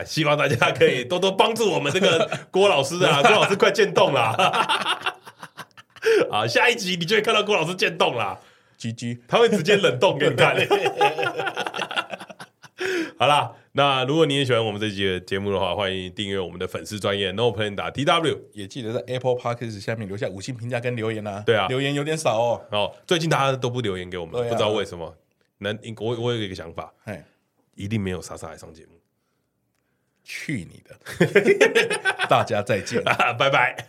(laughs) 啊，希望大家可以多多帮助我们这个郭老师啊，郭老师快渐冻啦。 (laughs) 啊，下一集你就会看到郭老师渐冻啦。居居，他会直接冷冻给你看。 (laughs) 好啦，那如果你也喜欢我们这期的节目的话，欢迎订阅我们的粉丝专业 No p l a n 打 T W。也记得在 Apple Podcast 下面留下五星评价跟留言啊。对啊留言有点少哦。哦，最近大家都不留言给我们，对啊不知道为什么。那我我有一个想法，哎，一定没有莎莎来上节目。 (laughs) 去你的！大家再见。拜拜。